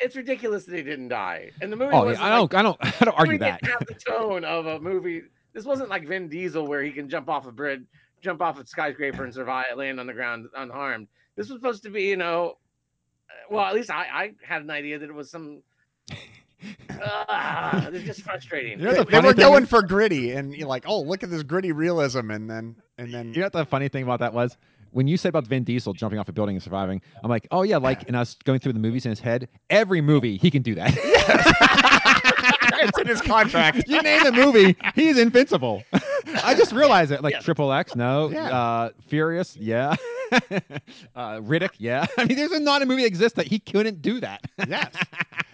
It's ridiculous that he didn't die. And the movie. Oh, wasn't yeah, I like- don't, I don't, I don't argue we that. didn't have the tone of a movie. This wasn't like Vin Diesel where he can jump off a bridge, jump off a skyscraper and survive, land on the ground unharmed. This was supposed to be, you know, uh, well, at least I, I had an idea that it was some. Ah, it's just frustrating. You know They- the they funny were thing going is- for gritty, and you're like, "Oh, look at this gritty realism," and then and then You know what the funny thing about that was? When you said about Vin Diesel jumping off a building and surviving, I'm like, oh yeah, like, and I was going through the movies in his head. Every movie, he can do that. it's in his contract. you name the movie, he's invincible. I just realized it. Like Yes. Triple X, no. Yeah. Uh, Furious, yeah. uh, Riddick, yeah. I mean, there's a not a movie that exists that he couldn't do that. yes,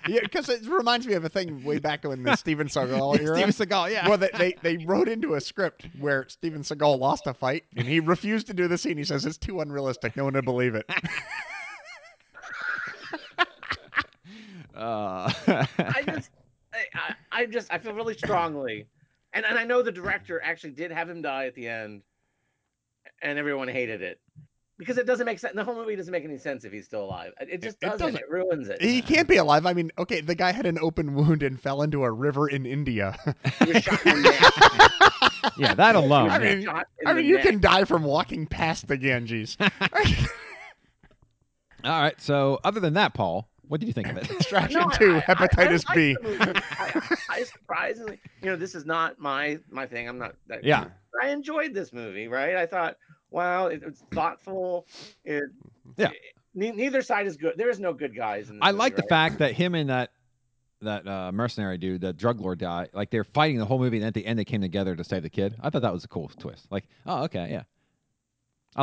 because it reminds me of a thing way back when the Steven Seagal era. Steven Seagal, yeah. Well, they, they they wrote into a script where Steven Seagal lost a fight and he refused to do the scene. He says it's too unrealistic. No one would believe it. Uh, I just, I, I, I just, I feel really strongly, and and I know the director actually did have him die at the end, and everyone hated it because it doesn't make sense. The whole movie doesn't make any sense if he's still alive. It- It just it doesn't. It, doesn't. ruins it. He can't be alive. I mean, okay, the guy had an open wound and fell into a river in India. He was shot in the neck. yeah, that alone. I yeah. mean, Shot in I the mean, you neck. can die from walking past the Ganges. All right. So, other than that, Paul, what did you think of it? Distraction No, I- two, I- I- I hepatitis like B. the movie. I, I surprisingly, you know, this is not my my thing. I'm not. That, yeah. I enjoyed this movie, right? I thought, wow, it, it's thoughtful. It, Yeah. ne- neither side is good. There is no good guys. In this I movie, like the right? fact that him and that that uh, mercenary dude, the drug lord guy, like they're fighting the whole movie, and at the end they came together to save the kid. I thought that was a cool twist. Like, oh, okay, yeah. Oh,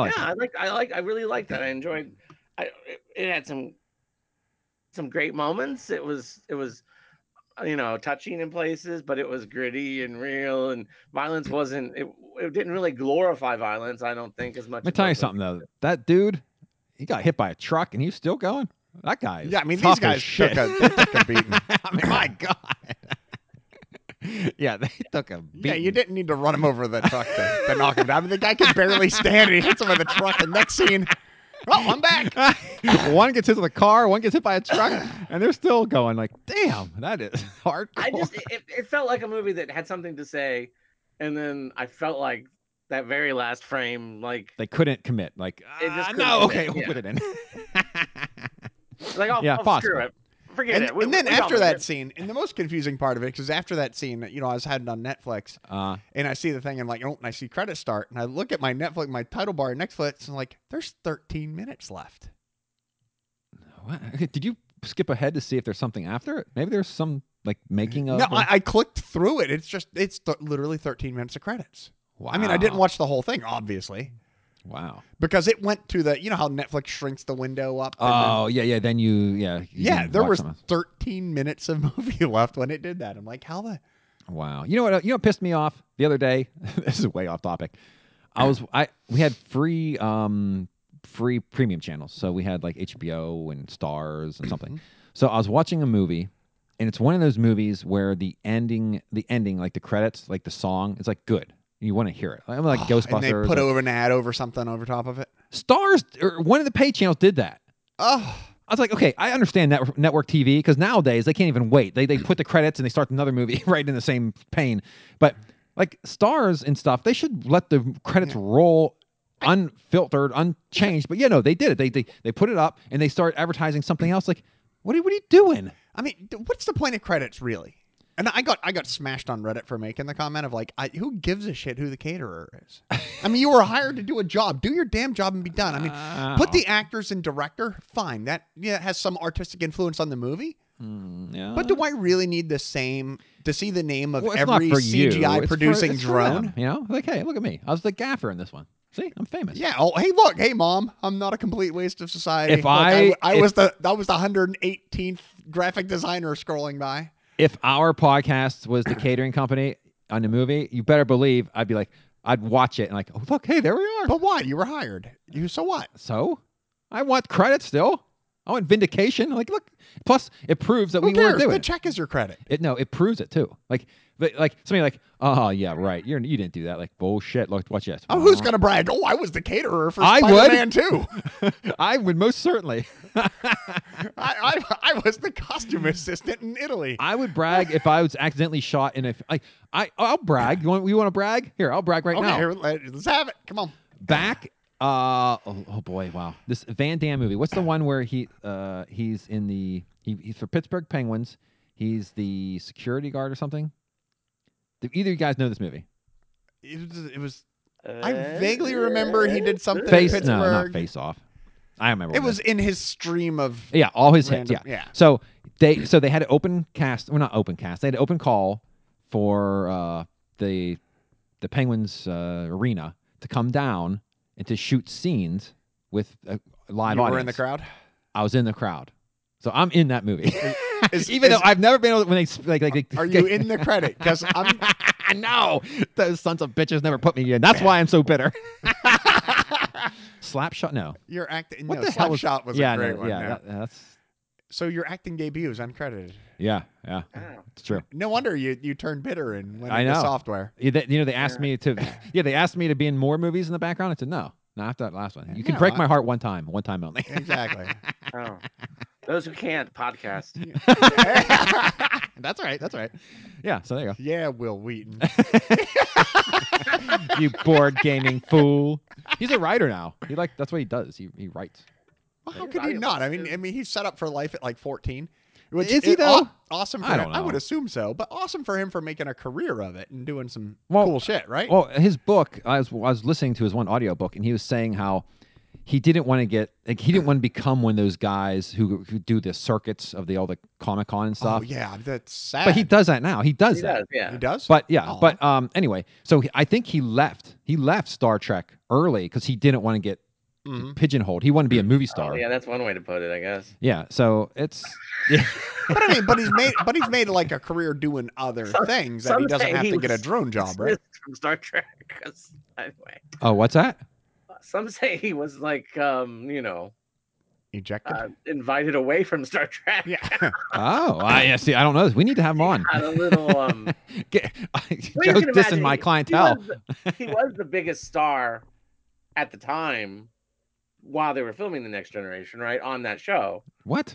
I like yeah, that. I like. I like. I really liked that. I enjoyed. I it, it had some some great moments. It was it was uh, you know touching in places, but it was gritty and real. And violence wasn't. It, it didn't really glorify violence. I don't think as Let much. me as tell you what the- something though. That dude, he got hit by a truck and he's still going. That guy. Is Yeah, I mean, tough these as guys shit. took a, they took a beating. I mean, my god. yeah, they took a beat. Yeah, you didn't need to run him over the truck to, to knock him down. I mean, the guy could barely stand. He hits him with the truck, and next scene, oh, I'm back. one gets hit with a car, one gets hit by a truck, and they're still going. Like, damn, that is hardcore. I just it, it felt like a movie that had something to say, and then I felt like that very last frame, like they couldn't commit. Like, They just "Ah, couldn't no, okay, commit, we'll yeah. put it in. like oh, Yeah, oh, possible. screw it, forget And, it. We- and then we- we all after did that it. scene, and the most confusing part of it, because after that scene, you know, I was heading on Netflix, uh, and I see the thing, and like, oh, and I see credit start, and I look at my Netflix, my title bar, at Netflix, and like, there's 13 minutes left. what? Okay, Did you skip ahead to see if there's something after it? Maybe there's some like making of. No, or- I, I clicked through it. It's just it's th- literally 13 minutes of credits. I mean, I didn't Wow. watch the whole thing, obviously, wow. because it went to the you know how Netflix shrinks the window up. and then- Oh yeah, yeah. Then you yeah you yeah, can there watch was something. 13 minutes of movie left when it did that. I'm like, how the Wow. You know what? uh, You know what pissed me off the other day. this is way off topic. I was I we had free um free premium channels, so we had like HBO and Stars and something. Mm-hmm. so I was watching a movie, and it's one of those movies where the ending, the ending, like the credits, like the song, is like good. You want to hear it. I'm like Ghostbusters. Ah, and they put or- over an ad over something over top of it. Stars or one of the pay channels did that. Oh, I was like, okay, I understand net- network TV because nowadays they can't even wait. They, they put the credits and they start another movie right in the same pane. But like stars and stuff, they should let the credits roll unfiltered, unchanged. But yeah, no, they did it. They, they they put it up and they start advertising something else. Like, what are, what are you doing? I mean, d- what's the point of credits really? And I got I got smashed on Reddit for making the comment of like, I, who gives a shit who the caterer is? I mean, you were hired to do a job. Do your damn job and be done. I mean, put the actors and director. Fine, that yeah has some artistic influence on the movie. Yeah. But do I really need the same to see the name of Well, it's every not for you. CGI It's for- producing it's for drone? them, you know, like, hey, look at me. I was the gaffer in this one. See, I'm famous. Yeah. Oh, hey, look. Hey, mom. I'm not a complete waste of society. If Look, I, I- w- I if- was the that was the 118th graphic designer scrolling by. if our podcast was the catering company on the movie, you better believe I'd be like, I'd watch it and like, oh look, hey, there we are. But why? You were hired. You so what? So, I want credit still. I want vindication. Like, look. Plus, it proves that Who we cares? weren't doing the it. check is your credit. It- No, it proves it too. Like, but, like somebody like, oh yeah, right. You're you didn't do that. Like bullshit. Look, watch this. Oh, who's gonna brag? Oh, I was the caterer for I would. Spider-Man too. I would most certainly. I, I I was the costume assistant in Italy. I would brag if I was accidentally shot in a like. I I'll brag. You want you want to brag? Here, I'll brag right okay, now. here, let, us have it. Come on. back uh oh, oh boy wow this van damme movie what's the one where he uh he's in the he, he's for pittsburgh penguins he's the security guard or something do either you guys know this movie It was. It was I Uh, vaguely remember he did something. in face Uh, Pittsburgh. no not face off i remember It what was in his stream of. Yeah, all his hits. Random- Yeah. yeah. So they so they had an open cast. Well, not open cast. They had an open call for uh, the the Penguins uh, arena to come down and to shoot scenes with a live you audience. were in the crowd. I was in the crowd. So I'm in that movie. Is- Even is- though I've never been able to, when they s- like like, like Are you in the credit? Because I'm no, those sons of bitches never put me in. That's why I'm so bitter. Slap shot? No. Your acting. What no, the hell was Slapshot was yeah, a great no, one. Yeah, yeah. that- that's So your acting debut is uncredited. yeah, yeah. Ah. It's true. No wonder you you turned bitter and went I into know. software. Yeah, they- you know, they asked me to. Yeah, they asked me to be in more movies in the background. I said no, not after that last one. You can No, break I- my heart one time, one time only. Exactly. Oh. Those who can't podcast. that's all right. That's all right. yeah, so there you Yeah, Will Wheaton. go. You board gaming fool. He's a writer now. He like that's what he does. He he writes. Well, how could he not? I mean, I mean, he's set up for life at like fourteen. Which Is he, though? aw- Awesome. For I don't him. I would know. assume so, but awesome for him for making a career of it and doing some Well, cool shit, right? Oh, Well, his book, I was, I was listening to his one audiobook, and he was saying how he didn't want to get, like, he didn't want to become one of those guys who, who do the circuits of the all the Comic Con and oh stuff. yeah, that's sad. But he does that now. He does He that. does, yeah. He does. But yeah, Aw. but um, anyway, so he- I think he left. He left Star Trek early because he didn't want to get Mhm. pigeonholed. He wanted to be a movie star. Mm-hmm. Oh, yeah. yeah, that's one way to put it, I guess. So it's yeah, But I mean, but he's made, but he's made like a career doing other things that he doesn't Someday have to get a was drone job, right? dismissed From Star Trek. 'cause- Anyway, oh, what's that? some say he was like, um, you know, Ejected. uh, invited away from Star Trek. yeah. Oh, I yeah, see. I don't know. this. We need to have him on. Had a little. Um, Get, well, you Joe's dissing can imagine my he- clientele. He was, the, he was the biggest star at the time while they were filming the Next Generation, right on that show. What?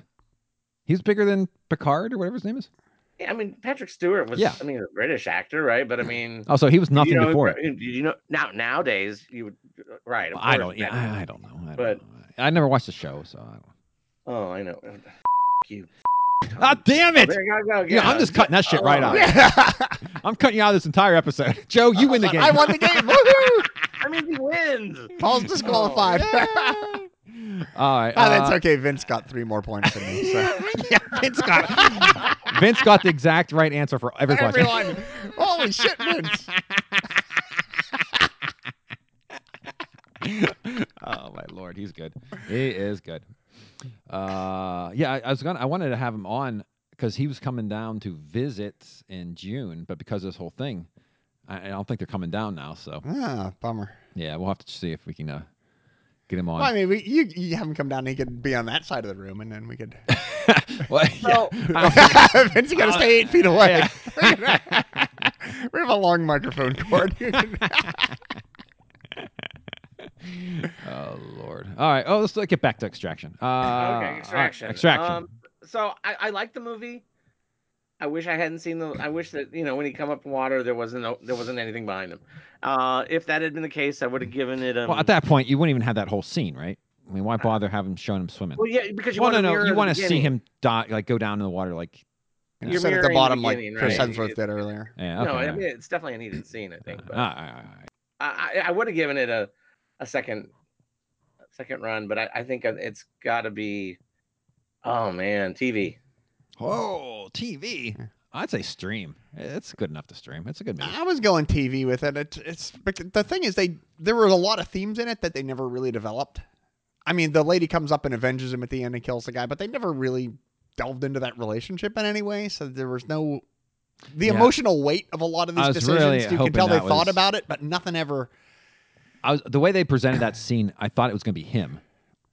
He's bigger than Picard or whatever his name is. Yeah, I mean, Patrick Stewart was. Yeah. I mean, a British actor, right? But I mean, Oh, so he was nothing you know, before it. You, you know, now nowadays you would right. of I course, don't. Yeah, back- I, I don't know. I, But- don't know. I never watched the show, so. I don't know. Oh, I know. F- you. Ah, damn it! There you go. go You know, yeah. I'm just cutting that shit right Oh. out. I'm cutting you out of this entire episode. Joe, you win the game. I won the game. Woohoo! I mean, he wins. Paul's disqualified. All right. Ah, that's uh, okay. Vince got three more points than me. So. yeah, Vince got Vince got the exact right answer for every question. Everyone, holy shit, Vince! oh my lord, he's good. He is good. Uh, yeah, I, I was gonna. I wanted to have him on because he was coming down to visit in June, but because of this whole thing, I, I don't think they're coming down now. So Ah, bummer. yeah, we'll have to see if we can uh, get him on. Well, I mean, we, you you haven't come down. He could be on that side of the room, and then we could. Well, yeah. Vince, you got to stay eight feet away. we have a long microphone cord. Oh Lord! All right. Oh, let's uh, get back to Extraction. Uh, all right, okay, extraction. Extraction. Um, so I, I like the movie. I wish I hadn't seen the. I wish that you know when he come up in water, there wasn't no, there wasn't anything behind him. Uh, if that had been the case, I would have given it. Um, well, at that point, you wouldn't even have that whole scene, right? I mean, why bother having him showing him swimming? well, yeah, because you well, want no, to no. You want to see him die, like go down in the water, like You You're said at mirroring the the bottom, like beginning, Chris right? Hemsworth did earlier. yeah. Okay, no, I all right. mean it's definitely a needed scene. I think, but All right, all right, all right. I, I would have given it a, a second, a second run, but I, I think it's got to be. Oh man, TV. Oh, TV. I'd say stream. It's good enough to stream. It's a good movie. I was going TV with it. it it's but the thing is they there were a lot of themes in it that they never really developed. I mean, the lady comes up and avenges him at the end and kills the guy, but they never really delved into that relationship in any way. So there was no the Yeah. emotional weight of a lot of I was these decisions. really you hoping can tell they that thought was- about it, but nothing ever. I was the way they presented that scene. I thought it was going to be him,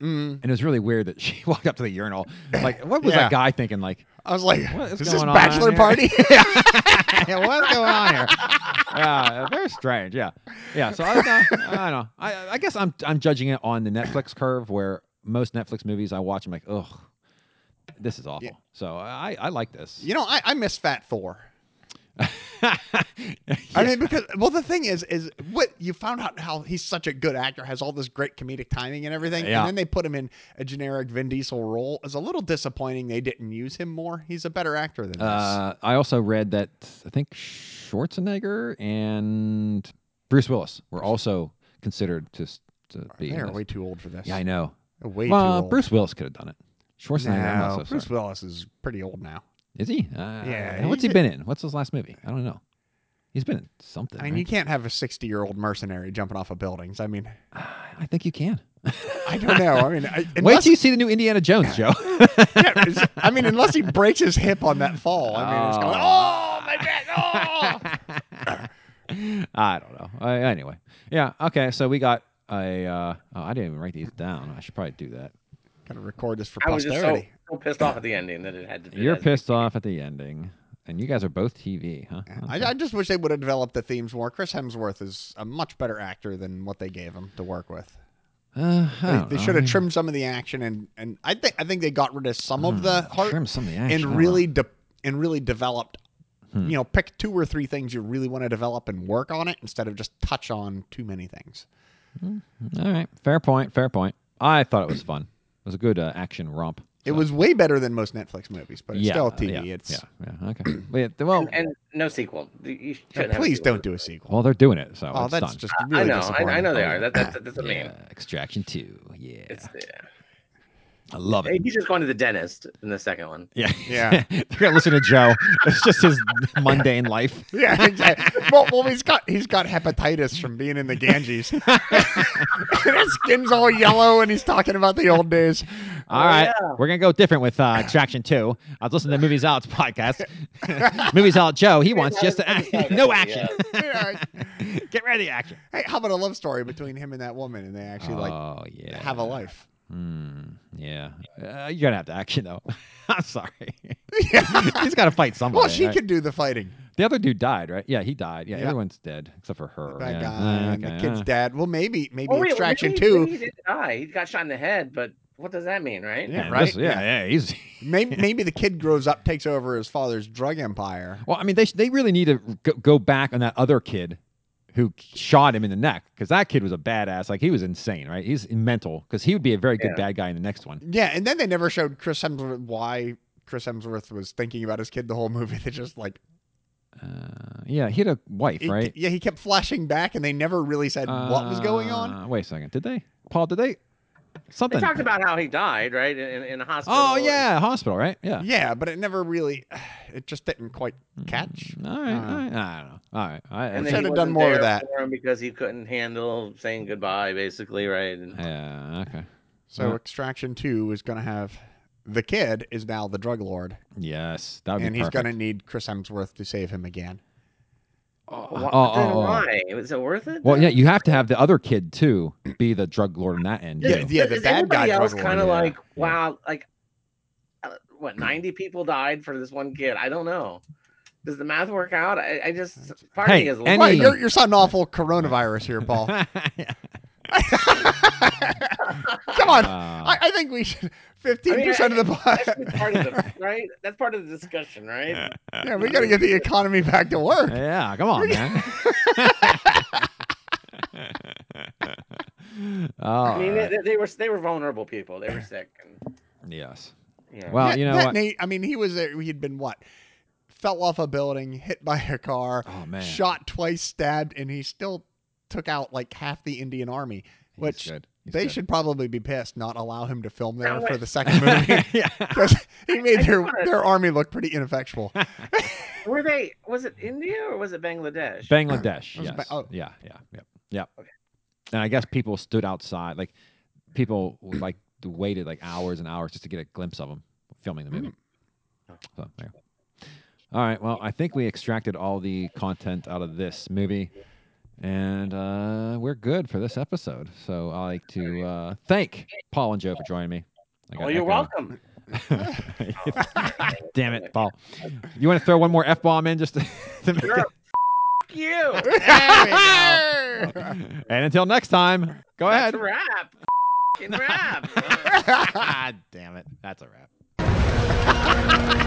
Mm, and it was really weird that she walked up to the urinal. Like, what was Yeah. that guy thinking? Like, I was like, What is is this going on bachelor here?" party? yeah, what's going on here? Yeah, very strange. Yeah, yeah. So I, I, I don't know. I, I guess I'm I'm judging it on the Netflix curve, where most Netflix movies I watch, I'm like, ugh, this is awful. So I I like this. you know, I, I miss Fat Thor. I mean, because well, the thing is, is what you found out how he's such a good actor, has all this great comedic timing and everything, Yeah. and then they put him in a generic Vin Diesel role. It's a little disappointing they didn't use him more. He's a better actor than this. Uh, I also read that I think Schwarzenegger and Bruce Willis were also considered to s- to be. in They're this. way too old for this. yeah, I know. Way too well, old. Bruce Willis could have done it. Schwarzenegger, I'm no, also Bruce sorry. Willis is pretty old now. Is he? Uh, Yeah, What's he he's- been in? What's his last movie? I don't know. He's been in something. I mean, you right? can't have a sixty-year-old mercenary jumping off of buildings. I mean, Ah, I think you can. I don't know. I mean, I, Wait unless till you see the new Indiana Jones, Joe. yeah, it's- I mean, unless he breaks his hip on that fall. I mean, it's going. Oh my back! Oh. I don't know. Uh, anyway, yeah. Okay, so we got a. Uh, oh, I didn't even write these down. I should probably do that. Gotta record this for I was just posterity. so, so pissed off at the ending that it had to. it You're had to be- pissed off at the ending, and you guys are both TV, huh? I, I just wish they would have developed the themes more. Chris Hemsworth is a much better actor than what they gave him to work with. Uh, I They, don't they know. should have trimmed some of the action, and, and I think I think they got rid of some of the heart Trim Hmm. some of the action. Hmm. I and don't really de- and really developed. You know, pick two or three things you really want to develop and work on it instead of just touch on too many things. know. All right, fair point. Fair point. I thought it was fun. It was a good uh, action romp. It was way better than most Netflix movies, but it's yeah, still uh, TV. Yeah, it's yeah, yeah. Okay. Wait, well, And no sequel. You- you shouldn't have a please sequel. don't do a sequel. well, they're doing it, so Oh, it's that's done. Oh, just really I know. disappointing. I, I know they are. That, that, that, that's a yeah, meme. Extraction Two. Yeah, It's, I love Hey, it. he's just going to the dentist in the second one. Yeah, Yeah. they're gonna listen to Joe. It's just his mundane life. Yeah, exactly. well, well, he's got he's got hepatitis from being in the Ganges. His skin's all yellow, and he's talking about the old days. Oh, All right, we're gonna go different with uh, Extraction Two. I was listening to Movies Out's podcast. Movies Out Joe, he wants just to act, no action. Yeah. Get rid of the action. Hey, how about a love story between him and that woman, and they actually like oh yeah, have a life? Mm, yeah, uh, you're gonna have to action though. I'm sorry. He's got to fight somebody. Well, she right? could do the fighting. The other dude died, right? Yeah, he died. Yeah, Yeah. everyone's dead except for her. That yeah. guy, Uh, and the okay, kid's uh. dad. Well, maybe maybe Oh, wait, Extraction maybe- Two. maybe He did die. He got shot in the head, but what does that mean, right? Yeah, Yeah, right. this- yeah, yeah, he's. Maybe maybe the kid grows up, takes over his father's drug empire. Well, I mean, they sh- they really need to go, go back on that other kid who shot him in the neck because that kid was a badass. Like he was insane, right? He's mental because he would be a very good Yeah. bad guy in the next one. Yeah, and then they never showed Chris Hemsworth why Chris Hemsworth was thinking about his kid the whole movie. They just like Uh, yeah, he had a wife, He- right? Yeah, he kept flashing back, and they never really said what was going on. Uh, wait a second. Did they, Paul? Did they They something? talked about how he died, right? In, in a hospital. oh yeah, hospital, right? Yeah. Yeah, but it never really, it just didn't quite catch. All right, all right. I don't know. All right. I, And Wish then he I'd have wasn't done more of there that. for him because he couldn't handle saying Eh, goodbye, basically, right? And yeah. Okay. So Yeah. Extraction Two is going to have the kid is now the drug lord, Yes, that would and be he's perfect. going to need Chris Hemsworth to save him again. Why, oh, then oh, oh. why? Was it worth it? Well, then? yeah, you have to have the other kid too be the drug lord on that end. Yeah, too. yeah, the is bad guy everybody drug else lord, kind of yeah, like, yeah. wow, like uh, what? Ninety people died for this one kid. I don't know. Does the math work out? I, I just part of Hey, me is a and- little- Right, Any- you're, you're sounding awful coronavirus here, Paul. Come on. I, Uh, I think we should. I Fifteen mean, percent of the that's been part of the right. That's part of the discussion, right? yeah, we got to get the economy back to work. yeah, come on, man. I mean, Alright, they, they were they were vulnerable people. They were sick. And, Yes. you know. Well, Net- you know net what? Nate, I mean, he was there. He had been what? Fell off a building, hit by a car, Oh man, shot twice, stabbed, and he still took out like half the Indian army. He's which good. He's They good. should probably be pissed not allow him to film there No, for wait. the second movie yeah. because he made I their just wanna- their army look pretty ineffectual. Were they? Was it India or was it Bangladesh? Bangladesh. was yes. Ba- oh. Yeah. Yeah. Yep. Yep. Okay. And I guess people stood outside, like people like waited like hours and hours just to get a glimpse of them filming the movie. Mm-hmm. So, there. you go. All right. Well, I think we extracted all the content out of this movie, and uh, we're good for this episode. So I like to uh, thank Paul and Joe for joining me. I got well, Oh, you're echo. welcome. Damn it, Paul! You want to throw one more f bomb in just to, to make You're it- a f- you. and until next time, go ahead. That's a wrap. F***ing wrap. Ah, Damn it. That's a wrap.